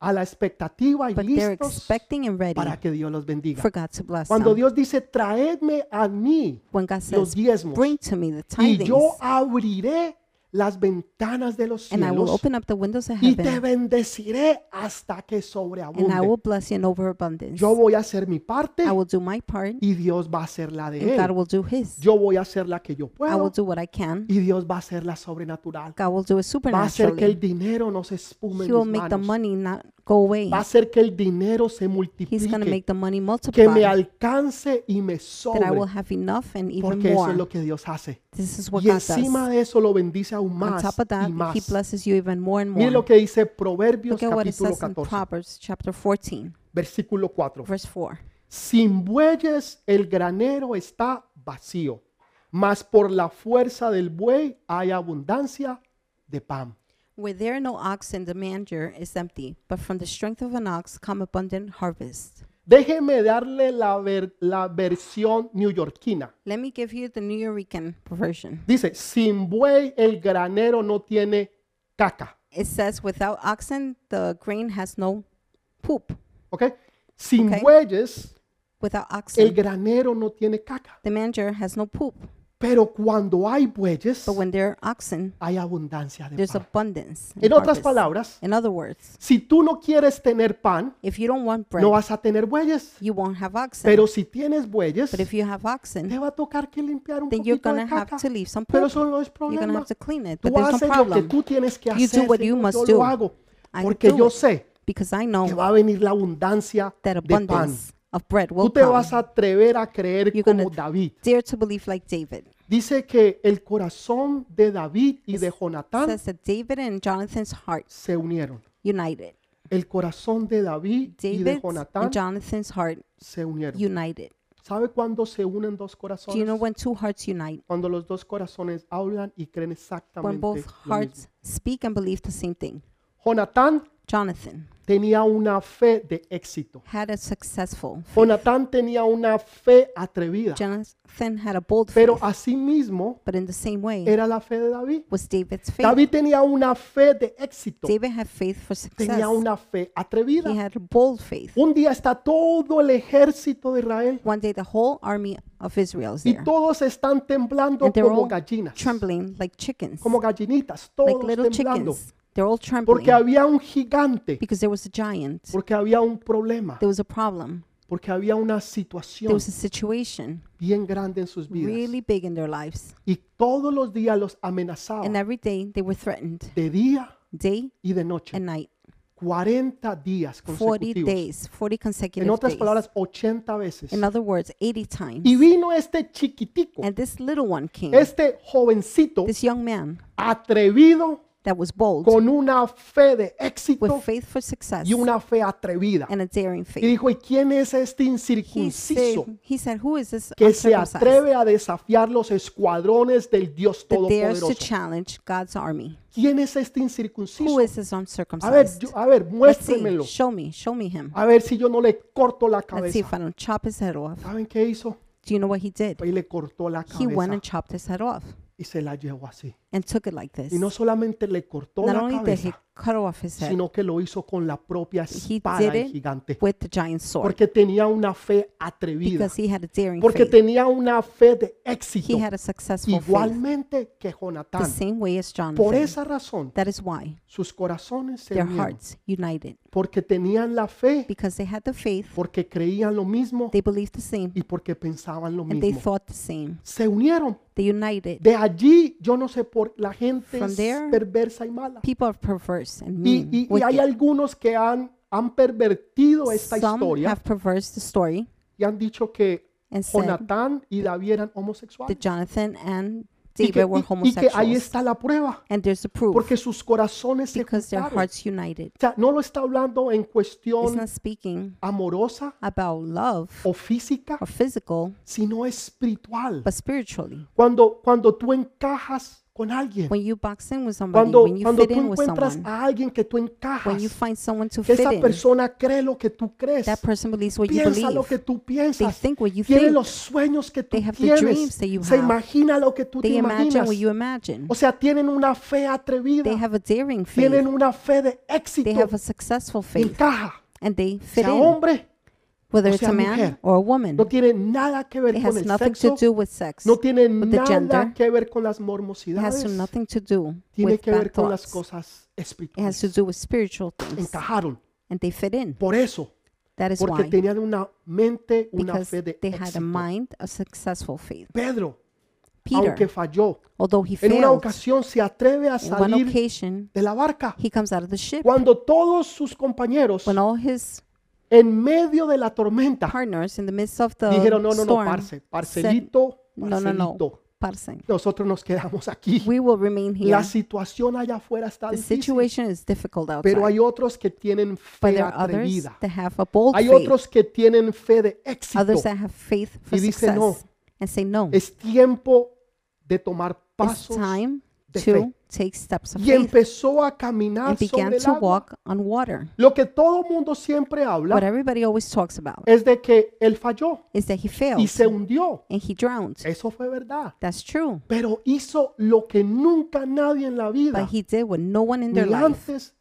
a la expectativa y Eh, but they're listos expecting and ready para que Dios los bendiga. for God to bless Cuando them. Dios dice, traedme a mí When God los says, diezmos bring to me the y yo tithings, abriré las ventanas de los and I will cielos open up the windows of y te heaven, bendeciré hasta que and I sobreabunde. will bless you in overabundance. Yo voy a hacer mi parte I will do my part, y Dios va a hacer la and de God él. will do his. Yo voy a hacer la que yo I will puedo do what I can. y Dios va a hacer la sobrenatural. God will do it Va a hacer que el supernaturally. dinero no se espume He en will mis make the manos. money not go away. Va a hacer que el dinero se He's going to multiplique, make the money que me multiply. alcance y me That I will sobre, have enough and even porque eso es more. lo que Dios hace. This is what Y God does. encima de eso lo bendice aún On más top of that, y He más. blesses you even more and Mire lo more. que dice Proverbios Look at what it capítulo says in 14, Proverbs chapter 14, versículo 4. verse 4. Sin bueyes el granero está vacío, mas por la fuerza del buey hay abundancia de pan. Where there are no oxen, the manger is empty, but from the strength of an ox come abundant harvest. Déjeme darle la, ver- la versión neoyorquina. Let me give you the New Yorican version. Dice, sin buey el granero no tiene caca. It says, without oxen, the grain has no poop. ¿Ok? Sin Ok. bueyes Without el oxen, granero no tiene caca. the manger has no poop. Pero cuando hay bueyes, But when there are oxen, hay abundancia de there's pan. abundance. and En otras harvest. palabras, In other words, si tú no quieres tener pan, if you don't want bread, no vas a tener bueyes. you won't have oxen. Pero si tienes bueyes, but if you have oxen, te va a tocar que limpiar un then you're poquito going de to have caca. to leave some Pero poop. eso no es You're going to problema. have to clean it. But Tú there's no haces lo que problem. tú tienes que You hacer. do what you Señor, must yo do. lo hago. I Porque do yo it. sé Because que I know va a venir la abundancia that de pan. abundance of bread will Tú te come. vas a atrever a creer You're como gonna- David. Dare to believe like David. Dice que el corazón de David y de Jonatán says that David and Jonathan's hearts se unieron. united. El corazón de David y de David Jonatán and Jonathan's heart se unieron. united. ¿Sabe cuándo se unen dos Do you know corazones? when two hearts unite? Cuando los dos corazones hablan y creen When exactamente both lo mismo. hearts speak and believe the same thing. Jonatán Jonathan tenía una fe de éxito. had a successful. Jonatán tenía una fe atrevida. Jonathan had a bold Pero faith, asimismo but in the same way era la fe de David. was David's faith. David tenía una fe de éxito. David had faith for success. Tenía una fe He atrevida. had a bold faith. Un día está todo el ejército de Israel One day the whole army of Israel is y there. todos están temblando And they're como all gallinas, trembling like chickens. como gallinitas, Like todos little temblando. chickens. They're all trembling. Porque había un gigante, Because there was a giant. porque había un problema, There was a problem. porque había una There situación was a situation bien grande en sus vidas. really big in their lives. Y todos los días los And amenazaba, every day they were threatened, de día day y de noche. and night. 40 días 40 consecutivos. days, 40 En consecutive otras days. palabras, 80 veces. In other words, 80 Y times. vino este chiquitico, And this little one came, este jovencito this young man atrevido that was bold, con una fe de éxito with faith for success y una fe atrevida. and a daring Y faith. dijo, ¿y quién es este He incircunciso said, he said, Who is this que se uncircumcised atreve a desafiar los escuadrones del Dios that dares to Todopoderoso? challenge God's army? ¿Quién es este Who incircunciso? is this A ver, uncircumcised? yo- a ver, Let's see. muéstremelo. Show me. Show me him. A ver si yo no le corto la Let's see if cabeza. I don't chop his head off. ¿Saben qué hizo? Do you know what he did? Y le cortó la He went cabeza and chopped his head off y se la llevó así. and took it like this. Y no solamente le cortó Not la only did he cabeza, cut off his head sino que lo hizo con la propia He espada did del it gigante. with the giant sword Porque tenía una fe atrevida. because he had a daring Porque faith. tenía una fe de éxito. He had a successful faith, Igualmente que the Jonatán. same way as Por Jonathan. esa razón, That is why sus corazones se their unieron. hearts united Porque tenían la fe, because they had the faith, porque creían lo mismo they believed the same, y porque pensaban lo and they mismo. thought the same. Se unieron. They united. De allí, yo no sé por la gente From es there, perversa y mala. People are perverse and Y, mean. y- y hay wicked. algunos que han, han pervertido esta Some historia have perverted the story y han dicho que and said Jonatán y David eran homosexuales. that Jonathan and Y que, David were y- y que ahí homosexuals. está la prueba, And there's the proof porque sus corazones se because their juntaron. hearts united. O sea, no lo está hablando en It's cuestión not speaking amorosa about love o física, or physical, sino espiritual. but spiritually. Cuando, cuando tú encajas con alguien, When you box in with somebody, cuando, when you cuando fit tú in with encuentras someone, a alguien que tú encajas, when you find someone to que fit esa in, persona cree lo que tú crees, that person believes what you piensa lo believe. que tú They piensas, think what you tiene think. los sueños que tú They have the tienes, dreams that you se have. imagina lo que tú te They imagine imaginas. what you imagine. O sea, tienen una fe atrevida, They have a daring faith. tienen una fe de éxito, They have a successful faith. encaja, And they fit sea in, hombre, whether o it's sea a mujer. man or a woman. no tiene nada que ver It con has el nothing to sexo, do with sex. no tiene the nada gender. que ver con las It mormosidades, has nothing to do tiene with que ver bad con las thoughts. cosas It has to espirituales. do with spiritual things. Encajaron, And they fit in. por eso, That is porque why. tenían una mente, una Because fe de they had a éxito. mind of successful faith. Pedro, Peter, aunque falló, although he en una failed, ocasión se atreve a in one salir occasion, de la barca. he comes out of the ship Cuando todos sus compañeros, when all his en medio de la tormenta, partners in the midst of the dijeron, no, no, no, storm parce, said, parcelito, no, no, no, parcelito, parce, nosotros nos quedamos aquí. we will remain here. La situación allá afuera está The difícil, situation is difficult outside. pero hay otros que tienen but fe there are others atrevida. that have a bold Hay faith, otros que tienen fe de éxito. others that have faith for Y dice success, no. and say no. Es tiempo de tomar It's pasos. time de to fe. take steps of Y faith empezó a caminar and began sobre el to agua. walk on water. Lo que todo mundo siempre habla What everybody always talks about es de que él falló is that Eh, he y failed se Eh, hundió. and he drowned. Eso fue verdad. That's true. Pero hizo lo que nunca nadie en la vida, But he did what no one in ni their life, antes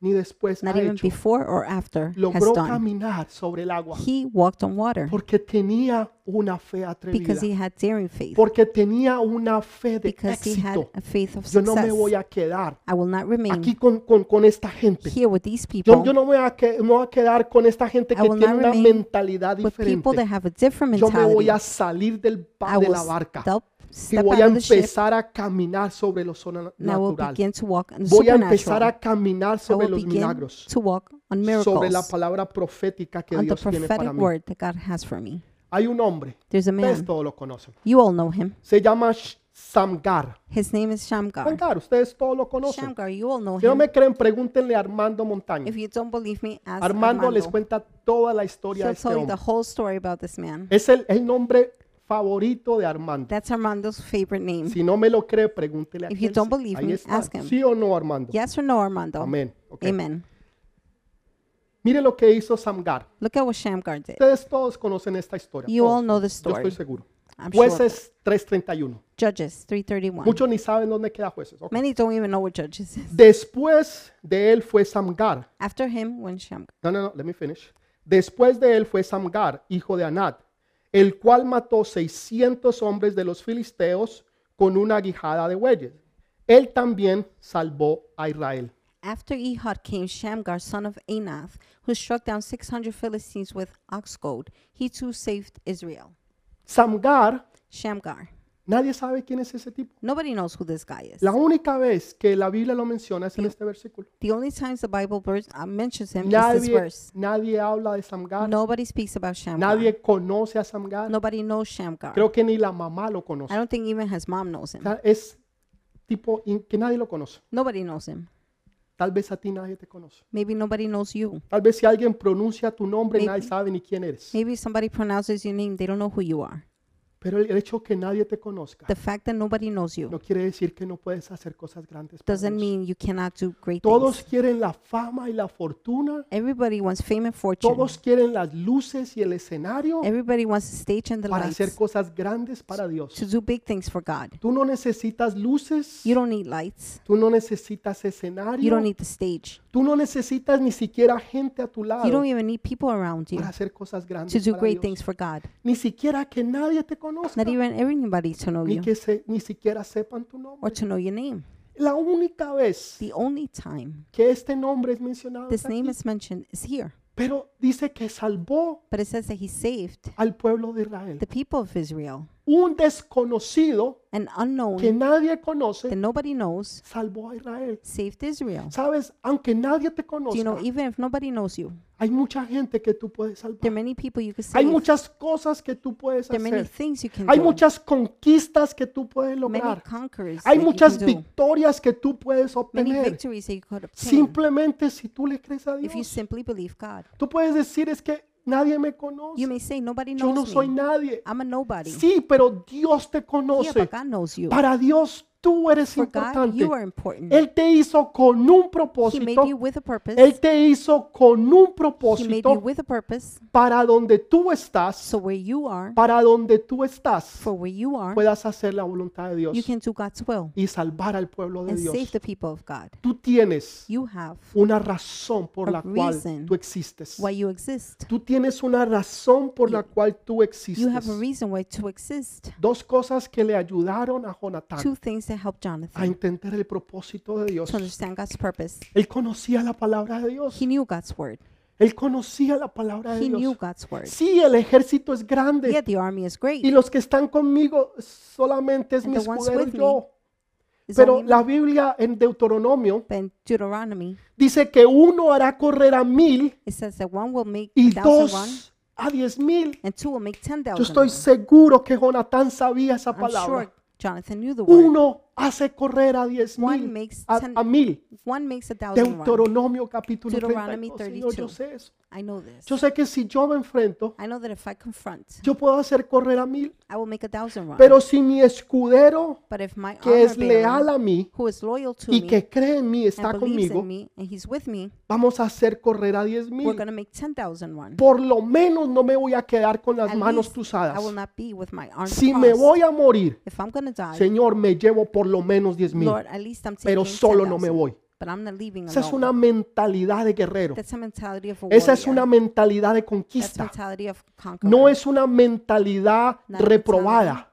ni después, not ha even hecho. before or after, has Logró done. caminar sobre el agua He walked on water porque tenía una fe atrevida. because he had daring faith, Porque tenía una fe de because he had éxito. a faith of Yo no me success. voy a quedar I will not remain aquí con, con, con esta gente. here with these Yo, yo people, no voy a que- no voy a quedar con esta gente I que will tiene not una remain mentalidad with people that diferente. have a different Yo me voy mentality. a salir del ba- I de will la barca step, y step voy out a of the ship empezar a caminar sobre lo and I will sobrenatural. begin to walk on the Voy a empezar supernatural. a caminar I sobre will los begin milagros, to walk on sobre la miracles, palabra profética que on the Dios tiene para prophetic mí. word that God has for me. Hay un hombre, There's a ustedes man, todos lo conocen. you all know him. Se llama Sh- Samgar. His name is Shamgar. Samgar, ustedes todos lo conocen. Shamgar, you all know Si no him. me creen, pregúntenle a Armando Montaña. If you don't believe me, ask Armando les Armando. cuenta toda la historia de He'll este tell you hombre. the whole story about this man. Es el, el nombre favorito de Armando. That's Armando's favorite name. Si no me lo cree, pregúntele a If you Kelsey. don't believe Ahí me, está. ask him. ¿Sí o no, Armando? Yes or no, Armando? Amén. Ok. Amen. Mire lo que hizo Samgar. Look at what Shamgar did. Ustedes todos conocen esta historia. You todos. all know the Yo estoy story. seguro. I'm sure. of it. Jueces 3.31. Judges 331. Muchos ni saben dónde queda jueces. ok. Many don't even know what Judges is. Después de él fue Samgar. After him went Shamgar. No, no, no, let me finish. Después de él fue Samgar, hijo de Anat, el cual mató 600 hombres de los filisteos con una guijada de bueyes. Él también salvó a Israel. After Ehud came Shamgar, son of Anath, who struck down 600 Philistines with ox goad. He too saved Israel. Samgar, Shamgar. nadie sabe quién es ese tipo. Nobody knows who this guy is. La única vez que la Biblia lo menciona es en este versículo. The only times the Bible verse, uh, mentions him is this Nadie, verse. nadie habla de Samgar, Nobody speaks about Shamgar. nadie conoce a Samgar. Nobody knows Shamgar. Creo que ni la mamá lo I conoce. don't think even his mom knows O him. sea, es tipo in- que nadie lo conoce. Nobody knows him. Tal vez a ti nadie te conoce. Maybe nobody knows you. Tal vez si alguien pronuncia tu nombre, Maybe. nadie sabe ni quién eres. Maybe somebody pronounces your name, they don't know who you are. Pero el hecho que nadie te conozca The fact that nobody knows you no quiere decir que no puedes hacer cosas grandes. para doesn't Dios. mean you cannot do great Todos things. quieren la fama y la fortuna. Everybody wants fame and fortune. Todos quieren las luces y el escenario Everybody wants the stage and the para hacer lights cosas grandes para Dios. to do big things for God. Tú no necesitas luces. You don't need lights. Tú no necesitas You don't escenario. need the stage. Tú no necesitas ni siquiera gente a tu You lado don't even need people around you para hacer cosas to grandes do para great things Dios. for God. Ni siquiera que nadie te conozca. Not even anybody to know Ni you que se- ni siquiera sepan tu nombre. or to know your name. La única vez The only time que este nombre es mencionado, es this name aquí. is mentioned is here. pero dice que salvó But it says that he saved al pueblo de Israel. the people of Israel. Un desconocido An que unknown nadie that conoce nobody knows salvó a Israel. saved Israel. Sabes, aunque nadie te Do you know, conozca, even if nobody knows you, hay mucha gente que tú puedes there are salvar. many people you can Hay save. muchas cosas que tú puedes there are many hacer. things you can Hay do. muchas conquistas que tú puedes many lograr. conquerors Hay that muchas you can do. victorias que tú puedes Many obtener. victories that you could obtain Simplemente si tú le crees a if you Dios. simply believe God. Tú puedes decir es que nadie me You conoce. may say, nobody Yo knows no soy me. nadie. I'm a nobody. Sí, pero Dios te yeah, conoce. but God knows you. Para Dios tú eres For God, importante. you are important. Él te hizo con un he made propósito. you with a purpose. Él te hizo con un he made you propósito with a purpose. para donde tú estás, So where you are, para donde tú estás, for where you are, puedas hacer la voluntad de you Dios can do God's will y salvar al pueblo de and Dios. save the people of God. Tú tienes You have una razón por a la cual reason tú existes. why you exist. Tú tienes una razón por la cual tú You have a existes. reason why to exist. Dos cosas que le ayudaron a Jonatán Two things that help a Jonathan entender el propósito de Dios. to understand God's purpose. Él conocía la palabra de Dios. He knew God's word. Él conocía la palabra de He knew Dios. God's word. Sí, el ejército es Yeah, grande the army is y great. los que están conmigo solamente es And mi the ones escudero with yo. It's Pero only la Biblia en Deuteronomio in Deuteronomy. dice que uno hará correr a mil It says that one will make a y thousand run, dos a diez mil. and two will make ten Yo thousand. estoy seguro que Jonatán sabía esa I'm sure palabra. Jonathan knew the word. Uno hace correr a diez mil, a, a mil. One makes a thousand run. Deuteronomio capítulo Deuteronomy 32. Señor, yo 32. sé eso. I know this. Yo sé que si yo me enfrento, I know that if I confront, yo puedo hacer correr a mil. I will make a thousand run. Pero si mi escudero, But if my que es honor bearer, leal a mí who is loyal to y me que cree en mí, and está believes conmigo, in me and he's with me, vamos a hacer correr a 10 we're mil. going to make 10,000 run. Por lo menos no me voy a quedar con las At manos least I cruzadas. will not be with my arms Si me crossed. voy a morir, if I'm going to die, Señor, me llevo por lo menos 10 mil, Lord, at least I'm taking pero solo no me 10,000. voy. but I'm not leaving Esa es alone. una mentalidad de guerrero. That's a mentality of a warrior. Esa es una mentalidad de That's conquista. mentality of conqueror. No es una mentalidad Not reprobada.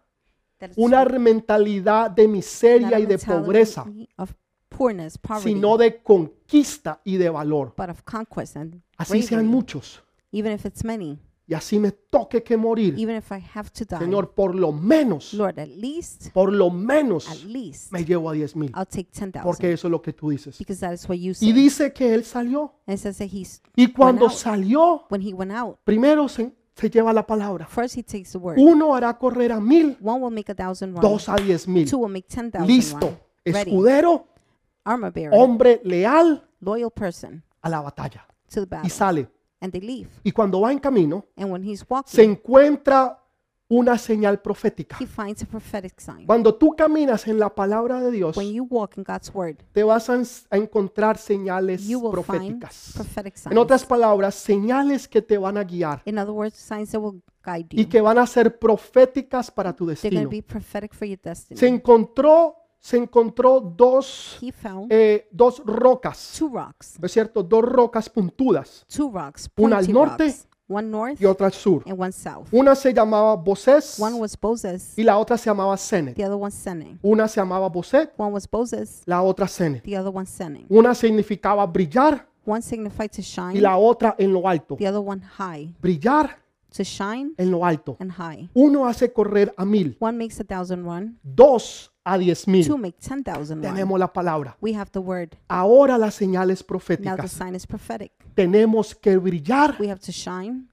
That is Una re- mentalidad de not miseria a y de mentality pobreza. Of poorness, poverty, Sino de conquista y de valor. but of conquest and Así sean bravery. muchos. Even if it's many, Y así me toque que morir. even if I have to die, Señor, por lo menos, Lord, at least, por lo at menos least, me llevo a 10 mil. I'll take 10,000 Porque eso es lo que tú dices. because that is what you Y said. dice que él salió. And it says that he's, Y cuando out. salió, when he went out, primero se, se lleva la palabra. first he takes the word. Uno hará correr a mil, One will make a thousand run. dos a diez mil. Two will make 10,000 Listo. run. Ready. Escudero, Armor bearer. hombre leal loyal person a la batalla. to the Y battle. sale. And they leave. Y cuando va en camino, And when he's se walking, encuentra una señal profética. he finds a prophetic sign. Cuando tú caminas en la palabra de Dios, When you walk in God's word, te vas a, ens- a encontrar señales you will find proféticas. prophetic signs. En otras palabras, señales que te van a guiar In other words, signs that will guide you. y que van a ser proféticas para tu They're going destino. to be prophetic for your destiny. Se encontró, se encontró dos, he found eh, dos rocas, two rocks. ¿no es cierto? Dos rocas puntudas, Two rocks. Una al pointy norte rocks. One north y otra al sur. and one south. Una se llamaba Bosés One was Boses. y la otra se llamaba Senet. The other one Sene. Una se llamaba Boset, One was Boses. la otra Senet. The other one Sene. Una significaba brillar One signified to shine. y la otra en lo alto. The other one high. Brillar To shine en lo alto. and high. Uno hace correr a mil, One makes a thousand run. dos a diez Two mil. make ten thousand run. Tenemos la palabra. We have the word. Ahora las señales Now the proféticas. sign is prophetic. Tenemos que brillar We have to shine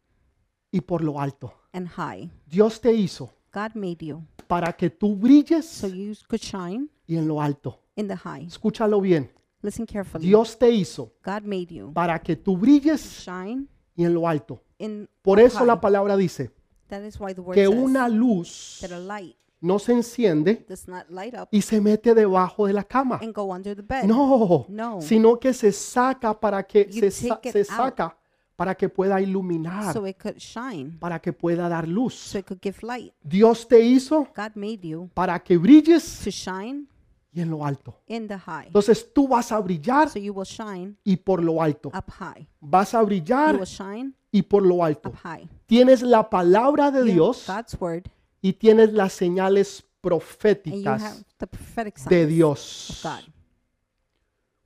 y por lo alto. and high. Dios te hizo God made you para que tú so brilles you could shine y en lo alto. in the high. Escúchalo bien. Listen carefully. Dios te hizo God made you para que tú brilles shine y en lo alto. in Por eso la palabra dice that is why the word que says una luz that a light no se enciende does not light up y se mete debajo de la cama. and go under the bed. No, Eh, No. sino que se saca para que You se, sa- take it se out. saca para que pueda iluminar, So it could shine. para que pueda dar luz. So it could give light. Dios te hizo God made you para que brilles to shine y en lo alto. in the high. Entonces tú vas a brillar So you will shine y por lo alto. up high. Vas a You brillar will shine y por lo alto. up high. Tienes la palabra de You have Dios God's word y tienes las señales and you have proféticas the prophetic sign de of Dios. God.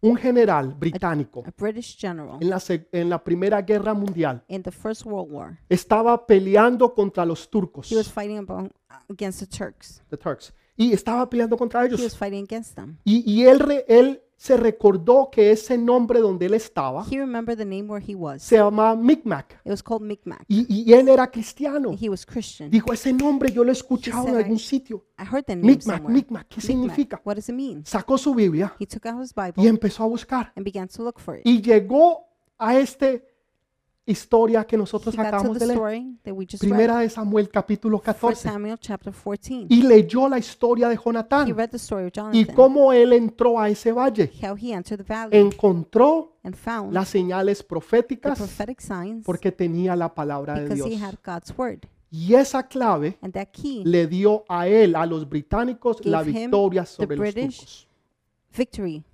Un general británico A British general en la, seg- en la Primera Guerra Mundial in the First World War, estaba peleando contra los turcos, he was fighting abo- against the Turks. the Turks, y estaba peleando contra He was ellos. fighting against them. Y, y él, re- él se recordó que ese nombre donde él estaba He remembered the name where he was. se llamaba Micmac It was called Micmac. y, y él era cristiano. and He was Christian. Dijo, ese nombre yo lo he escuchado en said, algún "I- sitio. I heard that name Micmac, somewhere. Micmac, ¿qué Micmac. significa? What does it mean? Sacó su Biblia He took out his y Bible empezó a buscar. and began to look for it. Y llegó a esta historia que He nosotros got to acabamos de the leer. story that we just read. Primera de Samuel capítulo 1 14. Samuel chapter 14. Y leyó la historia de He Jonatán. read the story of y Jonathan, cómo él entró a ese valle. how he entered the valley Encontró and found las señales the proféticas prophetic signs porque tenía la palabra de because Dios. he had God's word. Y esa clave And that key, le dio a él, a los británicos, la Gave him victoria the sobre los British turcos. victory.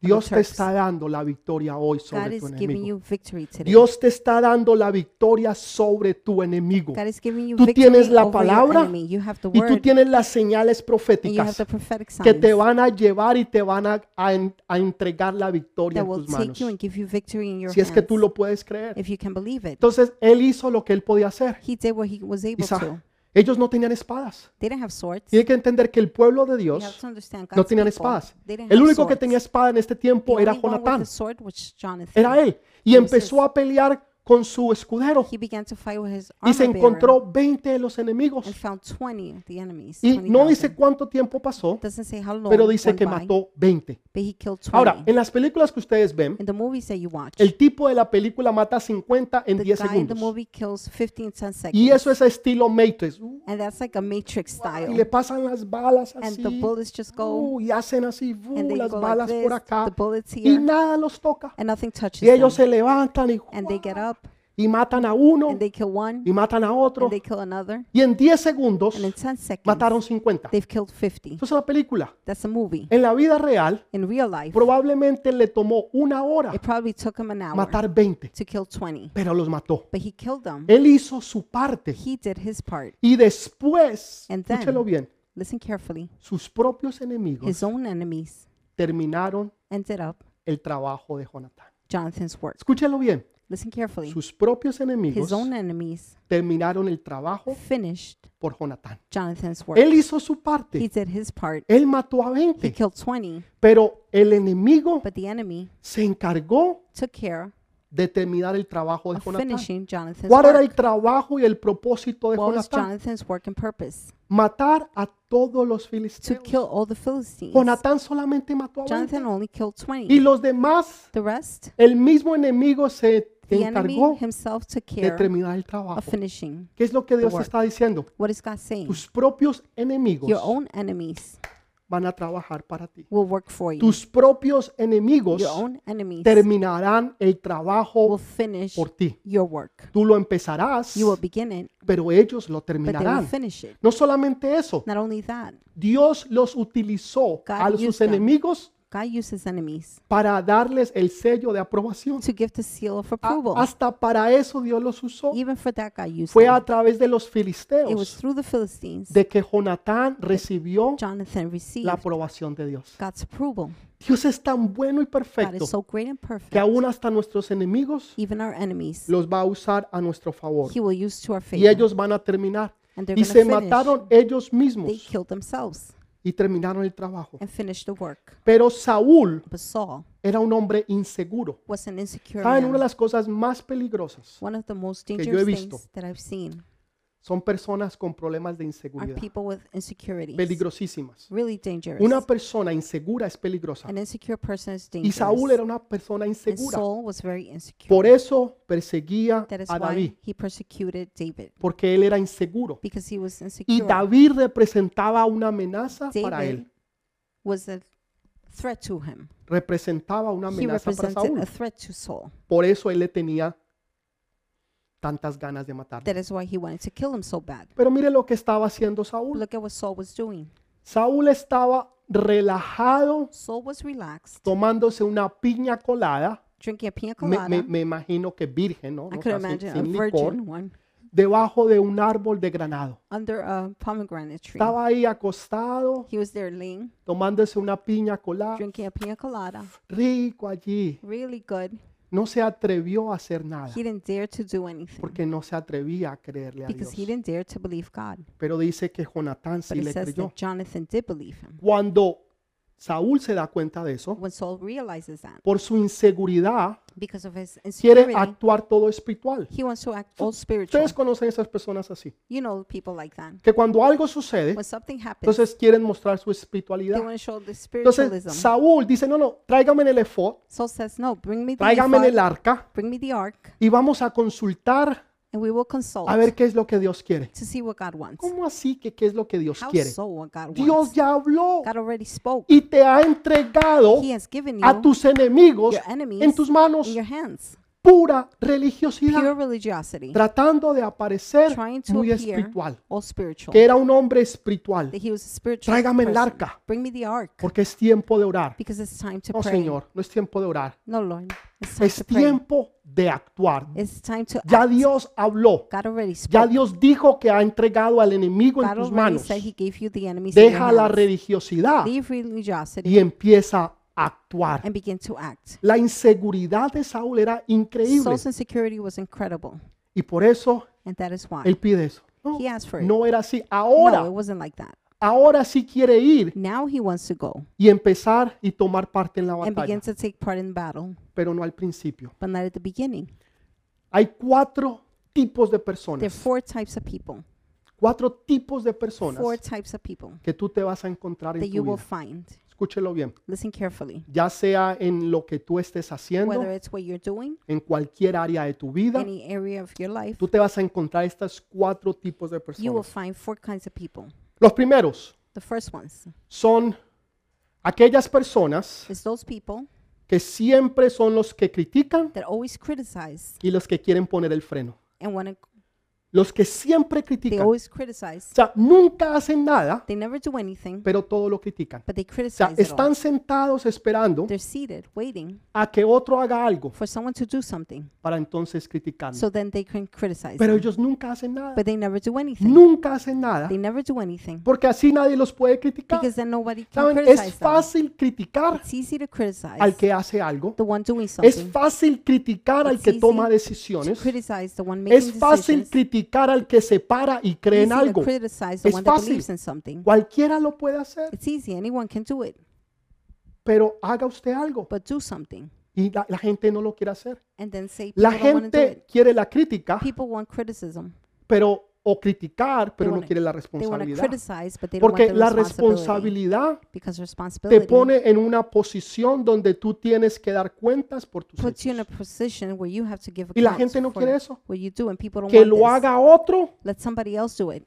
the Dios te Turks. está dando la victoria hoy God sobre tu is giving enemigo. you victory today. Dios te está dando la victoria sobre tu enemigo. God is giving you Tú victory tienes la over your palabra enemy. You have the Y tú word tienes las señales and you have proféticas the prophetic que te signs van a llevar y te van a, a en- a entregar la victoria that en will tus take manos. you and give you victory in your Si es que tú hands. lo puedes creer. If you can believe it. Entonces él hizo lo que él podía hacer. He did what he was Y able sa- to. ellos no tenían espadas. They didn't have swords. Tiene que entender que el pueblo de You have Dios to understand no God's tenían people, espadas. they didn't El have único que swords. tenía espada en este tiempo The era only one with Jonatán. the sword was Jonathan. Era él. Y empezó a pelear con su escudero. He began to fight with his Y se armor bearer encontró 20 de los enemigos. and found 20 of the enemies. Y no 20,000. dice cuánto tiempo pasó, Doesn't say how long pero dice went que by, mató 20. but he killed 20. Ahora, en las películas que ustedes ven, in the movies that you watch, el tipo de la película mata 50 en the 10 guy in the segundos. movie kills 15 10 seconds. Y eso es estilo Matrix. Uh, and that's like a Matrix Y style. le pasan las balas and the así. bullets just go Uh, y hacen así, uh, and they las go balas like this, por acá. the bullets Y here, nada los toca. and nothing touches Y ellos them. se levantan y, and they get up y matan a uno and they kill one, y matan a otro and they kill another, y en 10 segundos and in 10 seconds, mataron eh, 50. they've killed 50. Eso es la película. That's a movie. En la vida real In real life, probablemente le tomó una hora it probably took him an hour matar Eh. 20, to kill 20, pero los mató. but he killed them. Él hizo su parte He did his part. y después, And then- escúchelo bien, Listen carefully. sus propios enemigos His own enemies terminaron ended up el trabajo de Jonatán. Jonathan's work. Escúchelo bien, Listen carefully. sus propios His enemigos own enemies terminaron el trabajo finished por Jonatán. Jonathan's work. Oh. Él hizo su He parte. did his part. Él mató a He 20, killed 20, pero el enemigo but the enemy se encargó took care de terminar el trabajo de of Jonatán. finishing Jonathan's ¿Cuál era work. el trabajo y el propósito de What was Jonatán? Jonathan's work and purpose? matar a todos los To filisteos. kill all the Philistines. Jonatán solamente mató a 20. Jonathan only killed Y 20. los demás, The rest, el mismo enemigo se the enemy encargó himself took de care terminar el of trabajo. finishing. ¿Qué es lo que Dios work. está diciendo? What is God saying? Tus propios Your enemigos own enemies van a trabajar para ti. will work for you. Tus propios enemigos Your own enemies terminarán el will trabajo finish por ti. your work. Tú lo empezarás, You will begin it, pero ellos lo but they will terminarán. finish it. No solamente eso, Not only that, Dios los utilizó a God sus used them. enemigos God uses enemies para darles el sello de aprobación. to give the seal of A- approval. Hasta para eso Dios los usó. Even for that, God used Fue them. a través de los It was filisteos through the Philistines de que Jonatán recibió Jonathan received la aprobación de Dios. God's approval. Dios es tan bueno y God is perfecto so great and que perfect. aún hasta nuestros enemigos Even our enemies, los va a usar a nuestro favor. He will use to our Y favor. ellos van a terminar. And they're Y going se to mataron ellos finish. They mismos killed themselves y terminaron el trabajo. and finished the work. Pero Saúl But Saul era un hombre inseguro. was an insecure ¿Saben? Una de man. las cosas más peligrosas One of the most yo he dangerous visto things that I've seen son personas con problemas de are inseguridad. people with insecurities. Peligrosísimas. Really dangerous. Una persona insegura es peligrosa. An insecure person is Y dangerous. Saúl era una persona and insegura. Saul was very insecure. Por eso perseguía That is a why David, he persecuted David porque él era inseguro. because he was Y insecure. David representaba una amenaza para David él. was a threat to him. Representaba una He amenaza para represented Saúl. a threat to Saul. Por eso él le tenía tantas ganas de matar. That is why he wanted to kill him so bad. Pero mire lo que estaba haciendo Saúl. Look at what Saul was doing. Saúl estaba relajado, Saul was relaxed, tomándose una piña colada. drinking a pina Me, colada. me- me imagino que virgen, ¿no? I O could sea, sin, imagine a sin licor. virgin one Debajo de un árbol de granado. under a pomegranate tree. Estaba ahí acostado, He was there laying, tomándose una piña colada. drinking a pina colada. rico allí. Really good. No se atrevió a hacer nada He didn't dare to do anything porque no se atrevía a creerle a because Dios. he didn't dare to believe God. Pero dice que Jonatán sí But le it says creyó. that Jonathan did believe him. Cuando Saúl se da cuenta de eso, When Saul realizes that, por su inseguridad, because of his quiere insecurity, actuar todo espiritual. he wants to act all spiritual. Ustedes conocen esas personas así, You know people like that. que cuando algo sucede, When something happens, entonces quieren mostrar su they espiritualidad. want to show the Entonces spiritualism. Saúl dice, no, no, tráigame en el efod, Saul says, No, bring me the tráigame ephod, en el arca bring me the ark, y vamos a consultar and we will consult a ver qué es lo que Dios quiere. to see what God wants. ¿Cómo así que qué es lo que Dios How quiere? so what God Dios wants? ya habló God already spoke. y te ha entregado He has given a you tus enemigos your enemies en tus manos in your hands. pura religiosidad, Pure religiosity, tratando de aparecer trying to muy appear espiritual, all spiritual. que era un hombre espiritual, That he was a spiritual Tráigame el person. arca. Bring me the ark, porque es tiempo de orar. because it's time to No, pray. Señor, no es tiempo de orar, No, Lord, it's time es to pray. tiempo de actuar. It's time to Ya act. Dios habló, God already ya spoke. Dios dijo que ha entregado al enemigo en God tus already manos. said he gave you the enemies in your Deja la hands. religiosidad Leave religiosity y empieza a actuar. and begin to act. La inseguridad de Saúl era increíble Saul's insecurity was incredible, y por eso and that is why él pide eso. No, he asked for it. no era así. no, Ahora, it wasn't like that. ahora sí quiere ir Now he wants to go y empezar y tomar parte en la and batalla, begin to take part in battle, pero no al principio. but not at the beginning. Hay cuatro tipos de There are personas, four types of people. cuatro tipos de Four personas types of people que tú te vas a encontrar that en you tu will vida. find. Escúchelo bien, Listen carefully. ya sea en lo que tú estés haciendo, Whether it's what you're doing, en cualquier área de tu vida, any area of your life, tú te vas a encontrar estas cuatro tipos de you will personas. find four kinds of people. Los primeros The first ones son aquellas personas is those people que siempre son los que critican that always criticize y los que quieren poner el freno. and when it, Los que siempre they critican. O always criticize sea, nunca hacen nada, they never do anything pero todo lo critican. but they O sea, criticize it all. están sentados esperando they're seated waiting a que otro haga algo for someone to do something para entonces criticarlo. so then they can criticize Um, Pero them. ellos nunca hacen nada. but they never do anything Nunca hacen nada. they never do anything Porque así nadie los puede criticar. because then nobody can ¿Saben? Es criticize them fácil criticar it's easy to criticize al que hace algo. the one doing Es something fácil criticar al It's que easy toma to decisiones. criticize the one making Es fácil decisions criticar al que se para y cree en easy to algo. criticize the Es one that fácil. believes in something Cualquiera lo puede hacer, it's easy anyone can do it pero haga usted algo. but do something Y la, la gente no lo quiere hacer. and then say people La don't want to do gente it quiere la crítica, people want criticism pero o criticar, pero no wanna- quiere la they want to responsabilidad. criticize but they don't Porque want the la responsibility responsabilidad because te responsibility pone en una posición donde tú tienes que dar cuentas por tus puts you in a hechos. position where you have to give Y la accounts gente no for quiere eso. what you do and people don't Que want lo this. haga otro let somebody else do it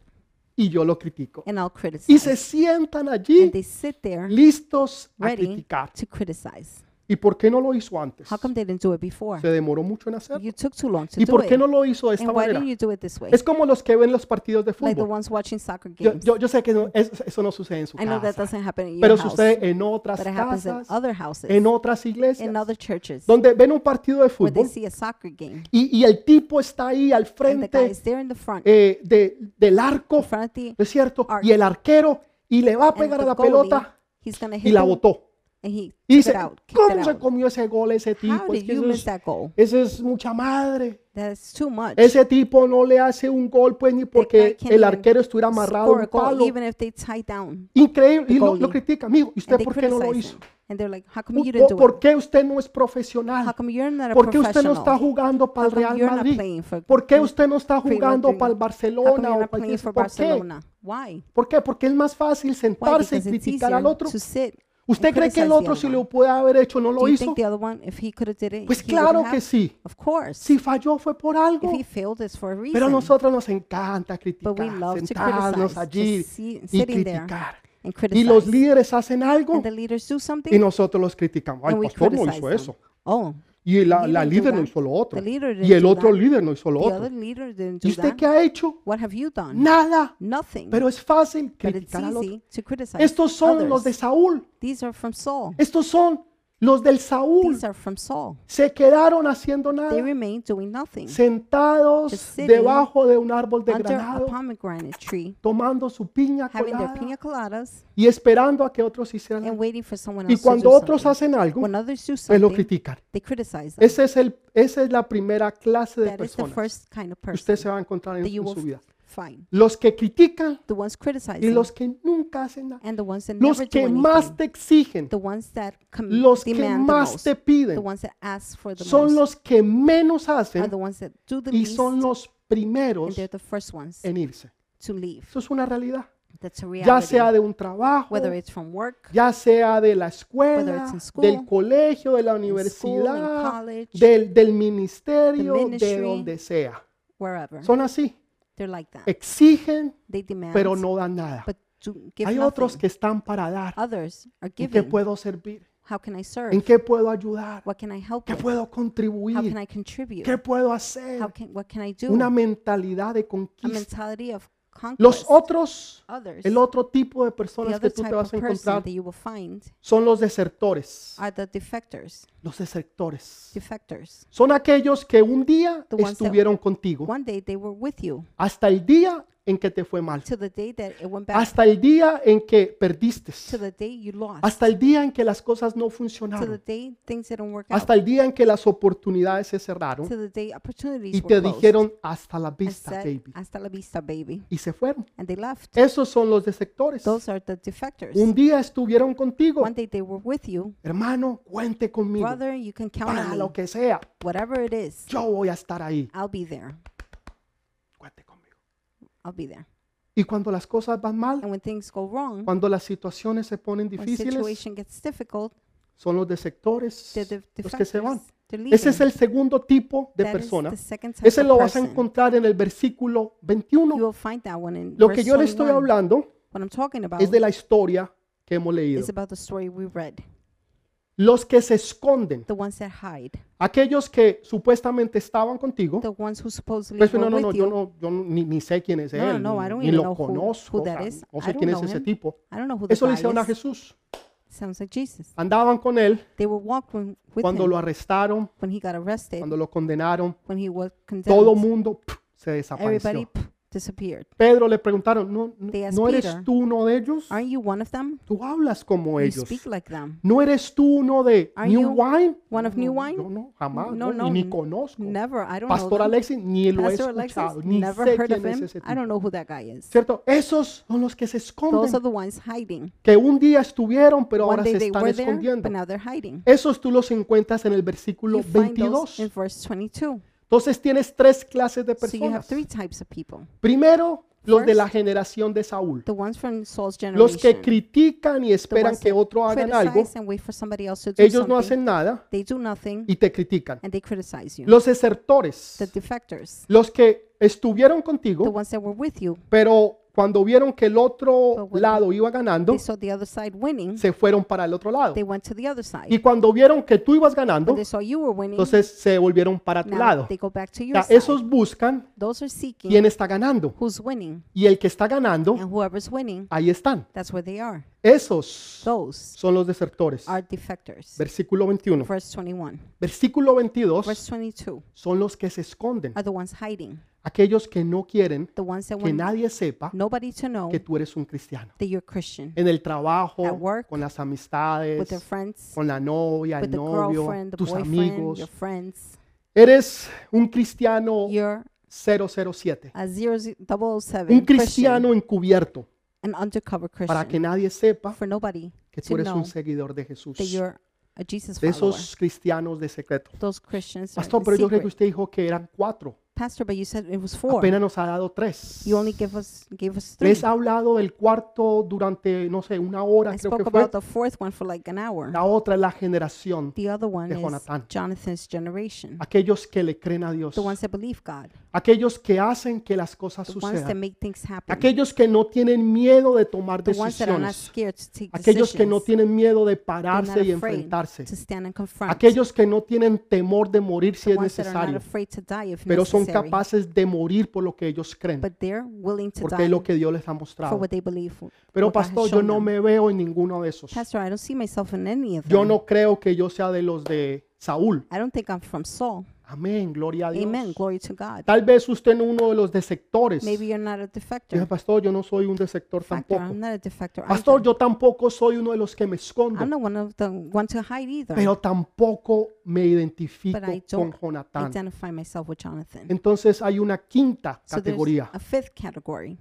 y yo lo critico. and I'll Y criticize se sientan and allí they sit there listos a ready criticar. to criticize ¿Y por qué no lo hizo antes? how come they didn't do it before Se demoró mucho en hacerlo. you took too long to ¿Y do por qué it no lo hizo de esta and why manera? didn't you do it this way Es como los que ven los partidos de like the fútbol. ones watching soccer Yo, games yo, yo sé que no- es- eso no sucede en su I know that casa, doesn't happen in your pero house sucede en otras but it happens in casas, other houses en otras iglesias, in other churches donde ven un partido de where they fútbol see a soccer game y, y el tipo está ahí al and the guy frente is there in the front eh, de- del arco, in front of the ¿no es cierto? Arco. Y el arquero y le va a and pegar a the la goalie, pelota he's gonna y hit la the- botó. and he Y took dice, it out, kicked ¿cómo it se out. comió ese gol ese How tipo? Es did que you eso miss es, that goal? eso es mucha madre. That's too much. Ese tipo no le hace un gol pues ni porque can't el even arquero estuviera amarrado a Score a un goal, palo. even if they tie down. Increíble. Y lo, goalie. lo critica, amigo. ¿Y And usted they por qué no lo criticize hizo? him. And they're like, how come you ¿Por, didn't do por it? qué usted no es How profesional? come you're not a ¿Por qué usted no professional? está jugando para el How come Real you're not Madrid? playing for- ¿Por qué usted no está Real jugando Madrid? para el How come Barcelona? you're o not cualquier- playing for ¿Por qué? Barcelona? Why? ¿Por qué? Porque es más fácil Why? sentarse y Because it's criticar al easier otro. to sit. ¿Usted and cree que el criticize the otro other si lo one. puede haber hecho no Do lo you hizo? think the other one, if he could have did it, Pues he would claro have? que sí. Of course. Si falló fue por algo. If he failed, it's for a reason. Pero a nosotros nos encanta criticar, But we love to sentarnos criticize, allí just si- y sitting there criticar. and Y los criticize. líderes hacen algo And the leaders do y something, nosotros los criticamos. Ay, and we pastor no criticize hizo them. eso. Oh, Y la, He la didn't do líder no that. hizo lo otro. The leader Y el didn't do otro that. líder no hizo lo the other otro. leader didn't ¿Y do usted that. qué ha hecho? What have you done? Nada. Nothing. Pero es fácil but it's criticar al otro. easy to criticize Estos son los de others. Saúl. These are from Saul. Estos son los del Saúl. These are from Saul. Se quedaron haciendo They nada, remain doing nothing Just sentados sitting debajo de un árbol de under a granado, pomegranate tree, tomando su piña having their colada pina coladas y esperando a que otros hicieran. and algo. waiting for someone Y else to cuando do otros something. hacen algo, When others do pues lo something, critican. they criticize them. Ese es el, esa es la primera clase de That is the personas first kind of que person usted se va a encontrar en, that you en will su vida. find. Los que critican The ones y criticizing los que nunca hacen nada. and the ones that Los never do que anything. más te exigen, the ones that com- los que demand the más most, te the piden, ones that ask for the son most los que menos are hacen the ones that do the y least, son los and primeros they're the first ones en irse. to leave. Eso es una realidad. That's a Ya reality. sea de un trabajo, Whether it's from work, ya sea de la escuela, it's in school, del colegio, de la in school, in universidad, college, del, del ministerio, de ministry. donde sea. wherever, Son así. they're like that. Exigen, They demand, eh, pero no dan nada. but to give Hay nothing. otros que están para dar. Others are ¿En qué giving. puedo servir? How can I serve? ¿En qué puedo ayudar? What can I help ¿Qué with? puedo How can contribuir? I contribute? ¿Qué puedo How hacer? can what can I do? Una mentalidad de a conquista. mentality of conquest. Los otros, others, el otro tipo de the personas other que tú type te vas of a person encontrar that you will find son los desertores. are the defectors. Los desertores. Defectors. Son aquellos que un día The ones that- estuvieron contigo One day they were with you hasta el día en que te fue mal, to the day that it went back, hasta el día en que perdiste, to the day you lost, hasta el día en que las cosas no to the funcionaron, day things didn't work out, hasta el día en que las oportunidades se cerraron to the day opportunities y were te closed. dijeron hasta la and vista, said, "Ah". baby, Hasta la vista, baby. y se fueron. And they left. Esos son los desertores. Those are the defectors. Un día estuvieron contigo, One day they were with you. hermano, cuente conmigo Brother, you can count para on me. lo que sea, Whatever it is, yo voy a estar ahí, I'll be there. cuente conmigo. I'll be there. Y cuando las cosas van mal, And when things go wrong, cuando las situaciones se ponen when difíciles, situation gets difficult, son los desertores, the de- los que se van. defectors, they're leaving. Ese es el segundo tipo de That is persona. the second type Ese of lo vas a person. encontrar en el versículo You 21. will find that one in Lo verse que yo le estoy 21. hablando What I'm talking about es de la historia que hemos leído. is about the story we read. los que se esconden, the ones that hide, aquellos que supuestamente estaban contigo, the ones who supposedly pues were no, no, no, with yo you. no, yo no- ni, ni sé quién es No, no, él, no, ni- I don't ni even know lo who- conozco, who o sea, that is. no I sé don't quién es know ese him. tipo. I don't know who the Eso le guy hicieron a is. Jesús. Sounds like Jesus. Andaban con él They were walking with cuando him lo arrestaron, when he got arrested, cuando lo condenaron, when he was condemned. todo mundo pf, se Everybody desapareció. pff, disappeared. Pedro le preguntaron, ¿no, no, They asked ¿no eres Peter, tú uno de ellos? Aren't you one of them? Tú hablas como You ellos. speak like them. ¿No eres tú uno de Are New you Wine? one of No, New no, Wine? Yo no, jamás, No, no, no, y ni n- conozco. Never. I don't Pastor know. them. Alexis ni lo he Pastor Alexis, escuchado, ni never sé heard of quién es him. ese I tipo. don't know who that guy is. ¿Cierto? Esos son los que se Those are esconden, the ones hiding. que un día estuvieron, pero One ahora day se they están were there, escondiendo. but now they're hiding. Esos tú los encuentras en el versículo You find those in 22. verse 22. Entonces tienes tres clases de So you have personas. three types of people. Primero, los de First, la generación de Saúl. The ones from Saul's Los que generation. critican y The esperan ones que that otro hagan algo, criticize and wait for somebody else to do ellos no something. hacen nada They do nothing y te critican. and they criticize you. Los desertores, The defectors. los que estuvieron The contigo, ones that were with you. pero cuando vieron que el otro But when lado iba ganando, They saw the other side winning. se fueron para el otro lado. They went to the other side. Y cuando vieron que tú ibas ganando, When they saw you were winning, entonces se volvieron para tu now lado. they go back to O your sea, side. esos buscan Those are seeking quién está ganando. who's winning. Y el que está ganando, And whoever's winning, ahí están. that's where they are. Esos Those son los desertores. are defectors. Versículo 21. Verse 21. Versículo 22 Verse 22 son los que se esconden. are the ones hiding. Aquellos que no quieren The ones that que want nadie sepa nobody to know que tú eres un cristiano. that you're Christian. En el trabajo, At work, con las amistades, With their friends, con la novia, el with the novio, girlfriend, the tus boyfriend, your amigos. friends. Eres un cristiano You're 007. a zero ze- double oh seven Un Christian, cristiano encubierto an undercover para que Christian. nadie sepa For nobody que tú to eres know un seguidor de Jesús. that De you're a Jesus follower. esos cristianos de secreto. Those Christians are Pastor, in pero yo creo secret. que usted dijo que eran cuatro. Pastor, but you said it was four. Apenas nos ha dado tres. You only give us gave us three. Les ha hablado del cuarto durante, no sé, una hora, I creo spoke que fue. about the fourth one for like an hour. La otra es la generación. The other one de is Jonatán. Jonathan's generation. Aquellos que le creen a Dios. The ones that believe God. Aquellos que hacen que las cosas The ones that sucedan. make things happen. Aquellos que no tienen miedo de tomar The ones that are not decisiones. scared to take Aquellos que no decisions. tienen miedo de They're pararse not y afraid enfrentarse. to stand and confront. Aquellos que no tienen temor de morir si The es ones that are not necesario. afraid to die if pero son necessary. capaces de morir por lo que ellos creen, But they're willing to porque die es lo que Dios les ha Pues, for mostrado. what they believe. wh- Pero what God has pastor, yo shown no them. me veo en ninguno de esos. Pastor, I don't see myself in any of Yo them. no creo que yo sea de los de Saúl. I don't think I'm from Saul. Amén, gloria a Dios. Amen. Glory to God. Tal vez usted no uno de los de sectores. Maybe you're not a Dice, defector. pastor, yo no soy un de sector Factor, tampoco. I'm not a defector. Pastor, either. yo tampoco soy uno de los que me I'm escondo, not one of the one to hide either. pero tampoco me identifico But I con don't Jonatán. identify myself with Jonathan. Entonces hay una quinta So there's categoría. a fifth category.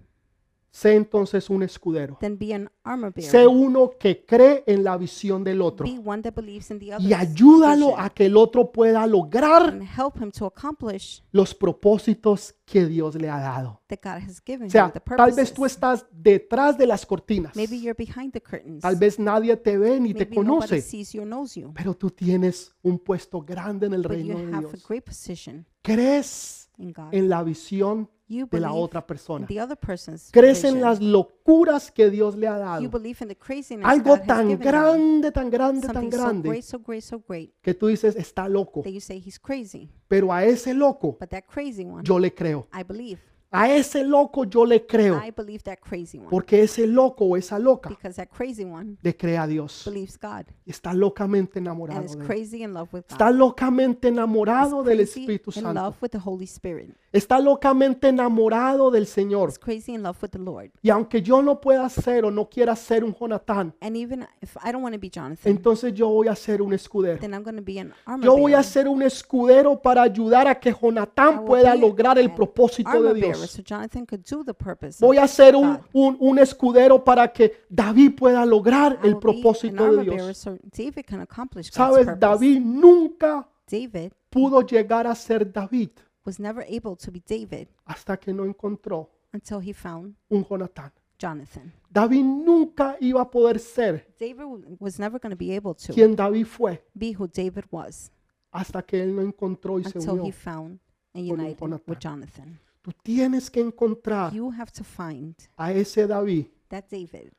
Sé entonces un escudero. Then be an armor Sé bearer. uno que cree en la visión del otro. Be one that believes in the other. y ayúdalo a que el otro pueda lograr and help him to accomplish los propósitos que Dios le ha dado. that God has given O sea, him. The tal vez tú purposes. estás detrás de las cortinas. Maybe you're behind the curtains. Tal vez nadie te ve ni te Maybe nobody conoce, sees you or knows you. pero tú tienes un puesto grande en el But reino you de have a Dios. great position Crees in God. en la visión You de la believe otra in persona. the other person's Crees en vision. las locuras que Dios le ha You dado. believe in the craziness Algo God has tan given him. grande, tan grande, tan Something so grande great, so great, so great que tú dices está loco, that you say he's crazy. pero a ese loco But that crazy one, yo le creo. I believe. A ese loco yo le creo. I believe that crazy one Porque ese loco o esa loca because that crazy one le cree a Dios. believes God Está locamente and is enamorado de él. crazy in love with Está God. locamente enamorado del Crazy Espíritu in Santo. love with the Holy Spirit. Está locamente enamorado del Señor. Is crazy in love with the Lord. Y aunque yo no pueda ser o no quiera ser un Jonatán, And even if I don't want to be Jonathan, entonces yo voy a ser un escudero. then I'm going to be an armor Yo voy bearer. a ser un escudero para ayudar a que I Jonatán will pueda be lograr el an propósito de armor bearer, Dios. so Jonathan could do the purpose. Voy a ser un, un- un escudero para que David pueda lograr I el will be an propósito armor de bearer, Dios. so David can accomplish God's Sabes, purpose. David nunca David pudo llegar a ser David was never able to be David hasta que no encontró until he found un Jonatán. Jonathan. David nunca iba a poder ser David w- was never going to be able to quien David fue be who David was hasta que él no encontró y se until he unió. found and con Ah. un united with Jonathan. Tú tienes que encontrar You have to find a ese David that David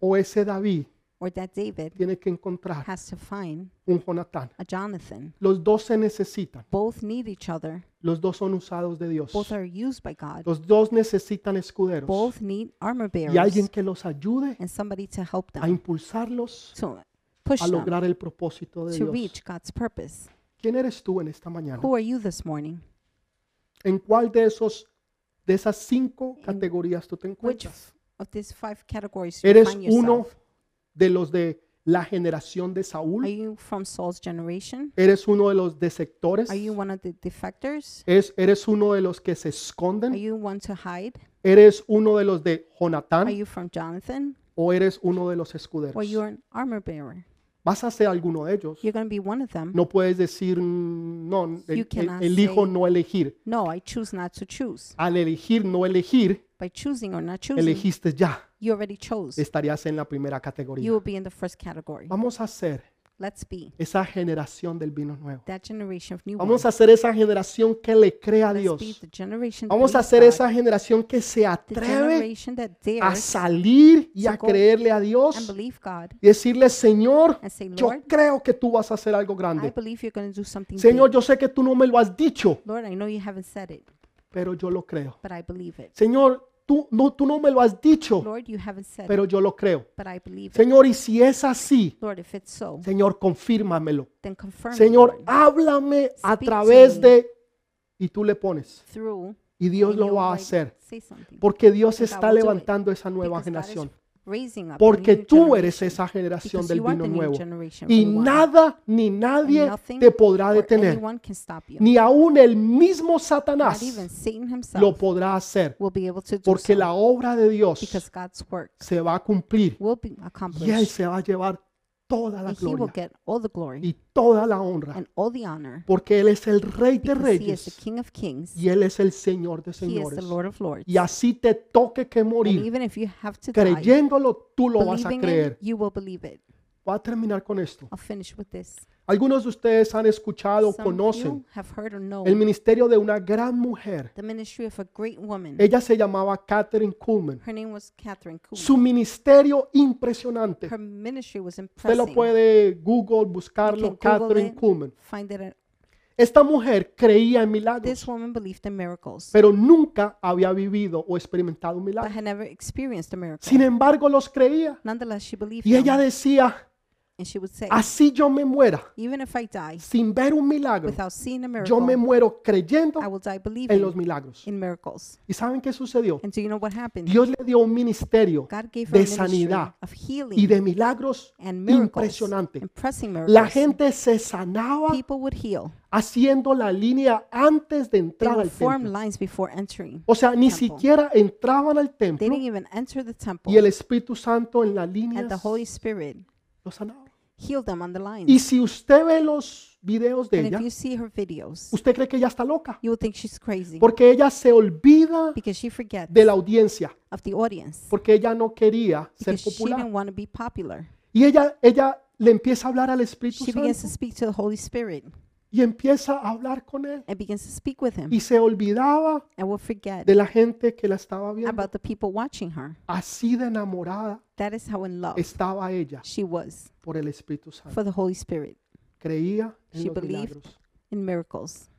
o ese David or or that David tiene que encontrar has to find un Jonatán. a Jonathan. Los dos se necesitan. Both need each other. Los dos son usados de Dios. Both are used by God. Los dos necesitan escuderos Both need armor y alguien bearers que los ayude and somebody to help a them impulsarlos to push a them lograr el propósito de to Dios. reach God's purpose. ¿Quién eres tú en esta mañana? Who are you this morning? ¿En cuál de esos de esas cinco categorías tú te Which encuentras? of these five categories do you ¿Eres find uno yourself? de los de la generación de Are Saúl? you from Saul's generation? ¿Eres uno de los deceptores? Are you one of the defectors? ¿Es- ¿Eres uno de los que se Are esconden? you one to hide? ¿Eres uno de los de Are Jonatán you from Jonathan? o eres uno de los Or escuderos? you're an armor bearer? Vas a ser alguno de ellos. You're going to be one of them. No puedes decir, "Mm, no, el- el- cannot elijo say- no elegir. No, I choose not to choose. Al elegir no elegir, By choosing or not choosing, elegiste ya. you already chose. Estarías en la primera You categoría. will be in the first category. Vamos a ser Let's be esa generación del vino nuevo. that generation of new Vamos wine. a ser esa generación que le crea a Let's be Dios. the generation that Vamos a believes ser God, esa generación que se the atreve generation that a dares salir y to a go creerle a and Dios believe God y decirle, Señor, and say, yo Lord, creo que tú vas a hacer algo I grande. believe you're going to do something Señor, big. yo sé que tú no me lo has dicho, Lord, I know you haven't said it, pero yo lo creo. but I believe it. Señor, tú no, tú no me lo has dicho, Lord, you haven't said it, pero yo lo creo. but I believe it. Señor, y si es así, Lord, if it's so, Señor, confírmamelo. then confirm it, Señor, Lord, háblame a Speak to través me. de... Y tú le pones. through Y Dios and lo you'll va a like hacer. Say something. Porque Dios Because I está will do it. levantando esa nueva Because God is generación. raising up a Porque new tú eres generation. esa generación Because del you are vino the new nuevo. generation Y of new wine. nada ni And nadie nothing te podrá or detener. anyone can stop you. Ni aún el mismo Not even Satanás Satan lo himself podrá hacer. will be able to do Porque so. la obra de Dios because God's work se va a cumplir. will be Y Él accomplished. se va a llevar toda la And he will gloria get all the glory y toda la honra. and all the honor. Porque Él es el Rey de Because he is the Reyes King of Kings. y Él es el Señor de He is the Señores. Lord of Lords. Y así te toque que And morir. even if you have to die, Creyéndolo, tú lo vas a believing it, creer. you will believe it. Voy a terminar con esto. I'll finish with this. Algunos de ustedes han escuchado, Some of conocen you have heard or el known ministerio de una gran mujer. the ministry of a great woman. Ella se llamaba Catherine Kuhlman. Her name was Catherine Kuhlman. Su ministerio impresionante. Her ministry was Usted lo impressive. puede Google, buscarlo, You can Google Catherine it. Kuhlman. Find that it- Esta mujer creía en this milagros, woman believed in miracles, pero nunca había vivido o experimentado un but milagro. had never experienced a miracle. Sin embargo, los creía. Nonetheless, she believed Y ella them, decía, and she would say, así yo me muera, even if I die sin ver un milagro, without seeing a yo me miracle, muero creyendo I will die en los believing milagros. in miracles. ¿Y saben qué sucedió? And so you know what happened? Dios le dio un ministerio God gave her de a ministry sanidad of y healing de milagros and miracles, impresionante. impressing La miracles. gente se sanaba People would heal. haciendo la línea antes de They entrar would al form templo. lines before entering. O sea, ni temple. siquiera entraban al They templo didn't even enter the temple. y el Espíritu Santo en la and línea the Holy Spirit los sanaba. healed them on the lines. Y si usted ve los videos de and ella, if you see her videos, usted cree que ella está loca, you will think she's crazy porque ella se olvida because she forgets de la audiencia, of the audience porque ella no quería ser because she popular. didn't want to be popular. Y ella, ella le empieza a hablar al Espíritu She begins Santo to speak to the Holy Spirit y empieza a hablar con él. and begins to speak with him Y se olvidaba and will forget de la gente que la estaba viendo. about the people watching her. Así de enamorada That is how in love estaba ella she was por el Espíritu Santo. for the Holy Spirit Creía en She los believed. milagros. in miracles.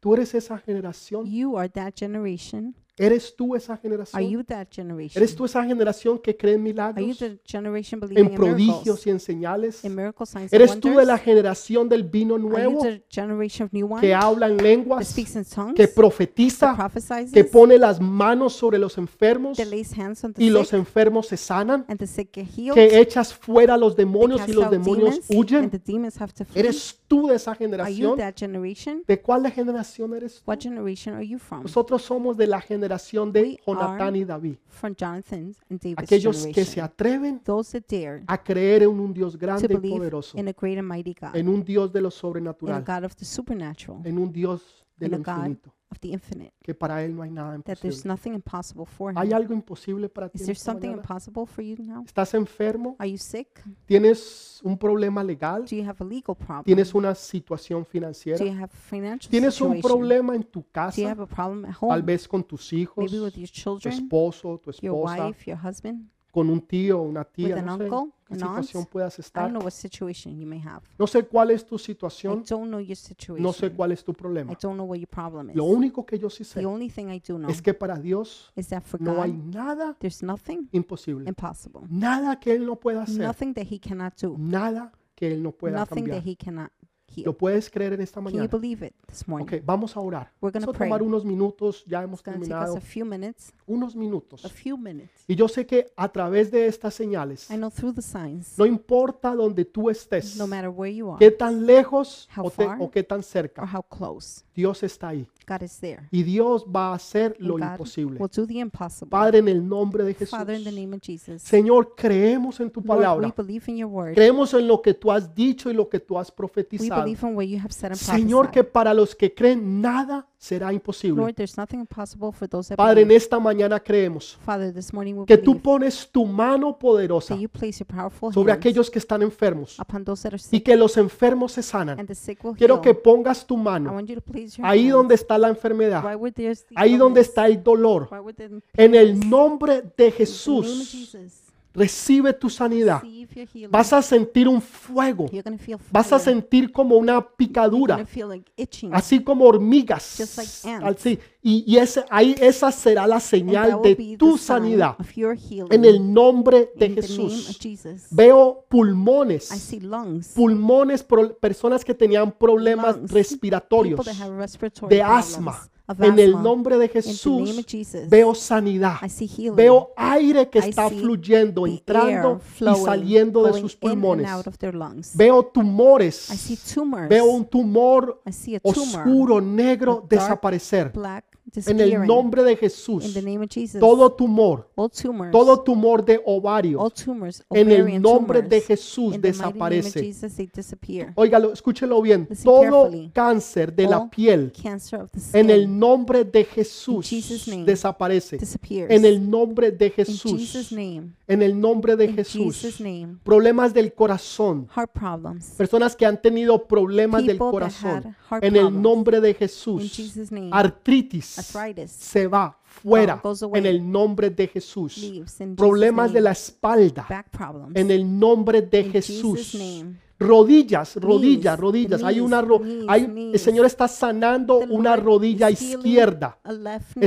Tú eres esa generación. You are that generation. Eres tú esa Are generación. you that generation? Eres tú esa generación que cree en Are you milagros, the generation believing en in miracles, prodigios y en señales. in miracle signs and Eres tú de wonders? la generación del vino Are you nuevo the generation of new wine que habla en that lenguas, speaks in tongues, que that profetiza, prophesies, que pone las manos sobre los enfermos that lays hands on y the los sick, enfermos se sanan, and the sick get healed, que echas fuera a los they demonios y cast los out demonios demons, huyen. and the demons have to flee? Eres tú de esa Are you generación. that generation? ¿De cuál generación eres tú? What generation are you from? Nosotros somos de la generación de We Jonatán are y David. From Jonathan's and David's Aquellos que se generation. atreven Those that dare a creer en un Dios to grande y believe poderoso, in a great and mighty God, en un Dios de lo in a sobrenatural, God of the supernatural, en un Dios de in lo a God infinito, of the infinite, que para Él no hay nada that there's imposible. nothing impossible for ¿Hay him. algo imposible para ti? Is en there esta something mañana? impossible for you now? ¿Estás enfermo? Are you sick? ¿Tienes un problema legal? Do you have a legal problem? ¿Tienes una situación Do financiera? you have financial ¿Tienes un situation? problema en tu Do you have casa? a problem at Tal home? vez con tus hijos, Maybe with your tu children, esposo, tu your esposa, wife, your husband, con un tío o una with tía. an No sé uncle, qué an situación aunt. puedas I don't estar. know what situation you may have. No sé cuál es tu I situación, don't know your situation. no sé cuál es tu I problema. don't know what your problem is. Lo único que yo sí sé the only thing I do know es que para Dios is that for no hay God, nada there's nothing imposible. impossible. Nada que Él no pueda hacer. Em, Nothing that He cannot do. Nada que Él no pueda Nothing cambiar. that He cannot heal. ¿Lo puedes creer en esta Can you mañana? believe it this morning? Ok, vamos a orar. We're gonna Vamos a pray. tomar unos minutos, ya hemos It's going to take us terminado. a few minutes. Unos A minutos. few minutes. Y yo sé que a través de estas señales, I know through the signs, no importa donde tú estés, no matter where you are qué tan lejos How o, te- far? o qué tan or cerca, how close, Dios está ahí. God is there. Y Dios va a hacer And lo God imposible. will do the impossible. Padre, en el nombre de Jesús. Father, in the name of Jesus, Señor, creemos en tu Lord, we palabra. believe in your word. Creemos en lo que tú has dicho y lo que tú has We profetizado. believe in what you have said and Señor, que prophesied. para los que creen nada será imposible. Lord, there's nothing impossible for those that Padre, en believe. esta mañana creemos Father, this morning we que tú believe pones tu mano poderosa that you place your powerful sobre hands aquellos que están enfermos upon those that are y sick que los enfermos se sanan. and the sick will Quiero que heal. pongas tu I mano want you to place your ahí hands donde está la enfermedad, right where there's the ahí donde illness, está el dolor. right where the En pain el is. nombre de In the name of Jesús, Jesus, recibe tu sanidad. receive your healing. Vas a sentir un fuego, You're gonna feel vas a fire. sentir como una You're gonna picadura, feel like itching. así como Just hormigas. like ants. Así. Y, y ese, ahí esa será la And that señal will be de the tu sign sanidad. of your healing. En el nombre de In the name of Jesús. Jesus. Veo I pulmones, see lungs. pulmones, pro- personas que tenían problemas Lungs. respiratorios, People that have respiratory de problems, asma. of En el asthma. nombre de In the name Jesús of Jesus, veo sanidad. I see healing. Veo aire que I está see fluyendo, the air entrando y flowing, saliendo de going sus in and pulmones. out of their lungs. Veo tumores. I see tumors. Veo un tumor I see a tumor, oscuro, negro, dark desaparecer. black, En disappearing. el nombre de in Jesús. the name of Jesus, Todo tumor, all tumors, todo tumor de all ovario. tumors, En el ovarian nombre tumors, de Jesús in the mighty name of desaparece. Jesus, they disappear. Óigalo, escúchelo bien. Listen Todo carefully. cáncer de la All piel cancer of the skin en el nombre de Jesús Jesus' name. desaparece. disappears. En el nombre de in Jesus' Jesús. name, En el nombre de in Jesús. Jesus' name, Problemas del corazón. heart problems, Personas que han tenido problemas del People that had corazón. heart En el problems. nombre de in Jesús. Jesus' name, Artritis Mm. Arthritis. se va fuera. Gone, goes away. En el nombre de Jesús. leaves, in Problemas Jesus' de name, la espalda. back problems, En el nombre de In Jesus' Jesús. name. Rodillas, rodillas, Knees, rodillas. Hay knees, una ro- knees, hay- el knees. Señor está sanando The una Lord rodilla is healing izquierda. a left knee,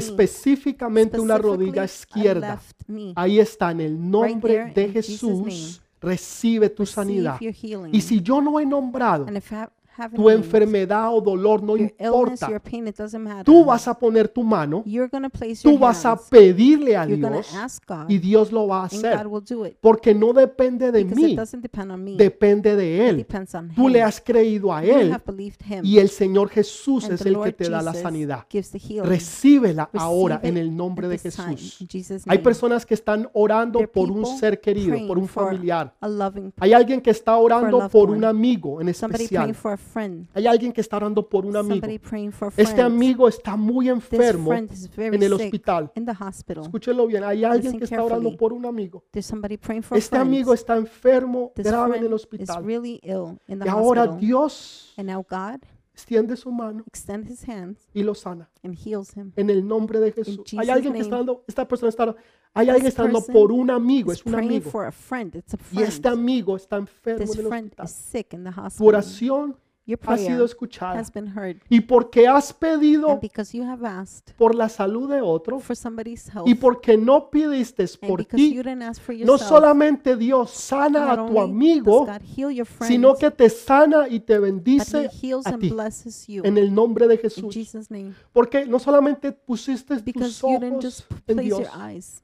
Específicamente una rodilla specifically a izquierda. left knee. Ahí está, en el nombre there, de in Jesus' Jesús, name. recibe tu Receive sanidad. your healing. Y si yo no he nombrado And if ha- haven't tu named enfermedad o dolor, no your illness, your importa. pain, it doesn't matter. Tú vas a poner tu mano, You're going to place tú your vas a hands. pedirle a You're going Dios to ask God, y Dios lo va a and God hacer. will do it. Porque no depende de Because it mí, doesn't depend on me. It depende de Él. depends on Tú le Him. has creído a You Él have believed Him. y el Señor Jesús And es the el que Lord te da la Jesus sanidad. gives the healing. Recíbela ahora Receive en it el nombre at de this time, Jesús. in Jesus' Hay name. personas que están orando There are por un people ser querido, praying por un for familiar. A loving person. Hay alguien que está orando loved por one. un amigo en Somebody praying especial. for a friend. Hay alguien que está orando por un amigo. Somebody praying for a friend. Este amigo está muy This enfermo friend is very en el sick hospital. in the hospital. Escúchelo bien, hay alguien Listen que está orando carefully. por un amigo. There's somebody praying for Este a friend. amigo está enfermo this grave en friend el is hospital. really ill in the Y ahora hospital. Dios and now God extiende su mano extends his hands y lo sana. and heals him. En el nombre de Jesús. Hay Jesus' alguien que está name. dando, esta persona está orando, hay alguien que está orando person por un Este amigo, He's es un praying amigo. for a friend. It's a Y friend. este amigo está enfermo this en el friend hospital. is sick in the Tu hospital. oración Your ha prayer sido escuchada. has been heard. Y porque has And pedido because you have asked por la salud de otro for somebody's health, y porque no pidiste and por because ti, you didn't ask for no yourself, solamente Dios sana not a tu only amigo, does God heal your friend, sino que te sana y te but he bendice heals a and ti blesses you. en el nombre de in Jesús. Jesus' name. Porque no solamente pusiste Because tus you didn't just ojos p- en place Dios, your eyes,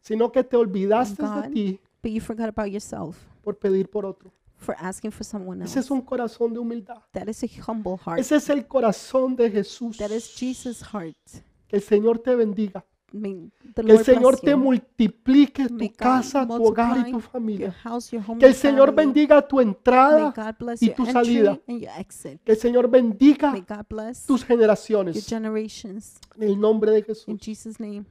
sino que te olvidaste de God. ti but you forgot about yourself por pedir por otro. for asking for someone else. Ese es un corazón de humildad. That is a humble heart. Ese es el corazón de Jesús. That is Jesus' heart. Que el Señor te bendiga. May the Que el Lord Señor bless te you. multiplique May tu God casa, tu hogar y multiply tu Your familia. house, your home, Que el your Señor family. bendiga tu May entrada. God bless y your tu entry salida. and your exit. Que el Señor bendiga May God bless tus your generaciones. generations. En el nombre de In Jesús. Jesus' name.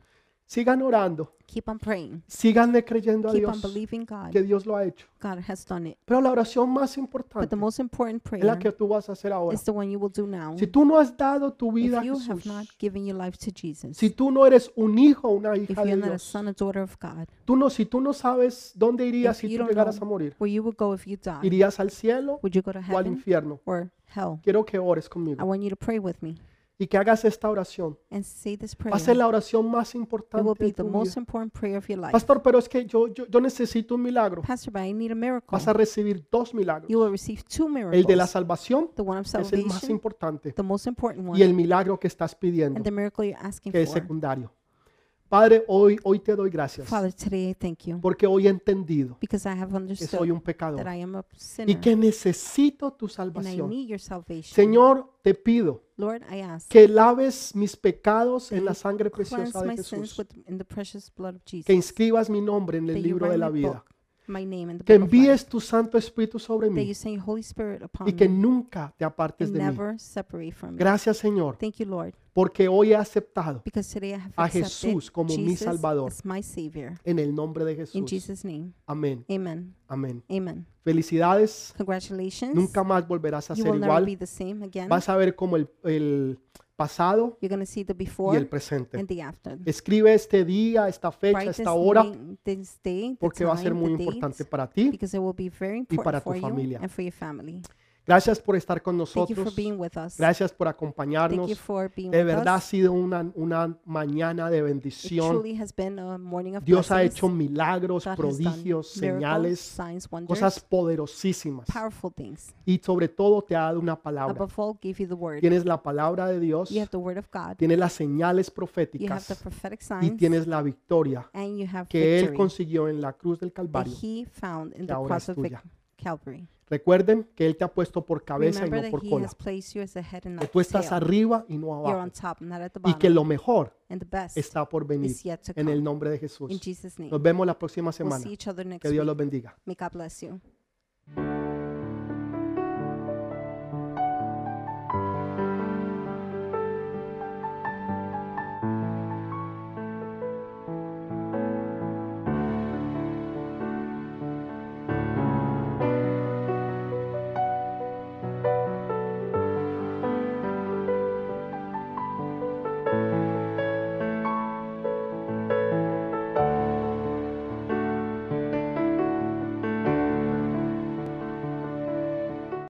Sigan orando, Keep on praying. síganle creyendo a Keep on Dios believing que God. Dios lo ha hecho. God has done it. Pero la oración más But importante the most important es la prayer que tú vas a hacer ahora. is the one you will do now. Si tú no has dado tu vida a If you have not Jesús, given your life to Jesus, si tú no eres un hijo o una if hija de you're not a Dios, son or daughter of God, tú no, si tú no sabes dónde irías if si you tú don't know llegaras a morir, where you would go if you died, irías al cielo would you go to o al heaven infierno. or hell? Quiero que ores I conmigo want you to pray with me y que hagas esta oración. and say this prayer. Va a ser It la oración más will importante be de the tu vida. most important prayer of your life. Pastor, pero es que yo, yo, yo necesito un milagro. Pastor, but I need a Vas a miracle. recibir dos milagros. You will receive two El de la miracles. salvación The one of es el más salvation, importante the most important y el one, milagro que estás and pidiendo, the miracle you're asking que es for. secundario. Padre, hoy, hoy te doy gracias Father, today I thank you porque hoy he entendido because I have que soy understood un that pecador I am a y sinner que necesito tu and I salvación. need your salvation. Señor, te pido Lord, I ask. que laves mis pecados en la sangre cleanse preciosa my de sins Jesús, with, in the precious blood of Jesus. que inscribas mi nombre en el that you libro write de my la vida, book, my name in the que book of life, envíes tu Santo Espíritu sobre that mí you send your Holy Spirit upon y que me nunca te apartes and de mí. never separate from me. Gracias, Señor, Thank you, Lord, porque hoy he aceptado because today I have a accepted Jesús como mi Jesus Salvador. as my Savior. en el nombre de In Jesús. Jesus' name, Amén. Amen, Amén. Amen. Felicidades. Congratulations. Nunca más volverás a you ser will never be igual. the same again. Vas a ver como el, el pasado You're gonna see the y before el presente. and the after. Escribe este día, esta fecha, Write esta this hora, name, this day, the porque va a ser time, muy the importante date, para ti. because it will be very para important tu for you familia. and for your family. Gracias por estar con Thank you for nosotros. being with us. Gracias por Thank you acompañarnos. for being De with verdad ha us. sido una, una mañana de It bendición. truly has been a morning of Dios ha blessings. hecho milagros, God has done prodigios, miracles, señales, signs, wonders, cosas poderosísimas. powerful things. Y sobre todo te ha dado una palabra. Above all, give you the word. Tienes la palabra de Dios. You have the word of God. tienes las señales You have the proféticas prophetic y signs, tienes la victoria and you have que Él victory consiguió en la cruz del that Calvario. He found in que the ahora cross es of Vic- tuya. Calvary. Recuerden que Él te ha puesto por cabeza y Remember no that por He cola. has placed you as the head and Que not tú the estás tail. arriba y no You're on abajo. top, not at the Y que bottom. lo mejor And the best está por venir. is yet to En come. el nombre de In Jesús. Jesus' name. Nos vemos la próxima We'll semana. see each other next Que Dios week. los bendiga. May God bless you.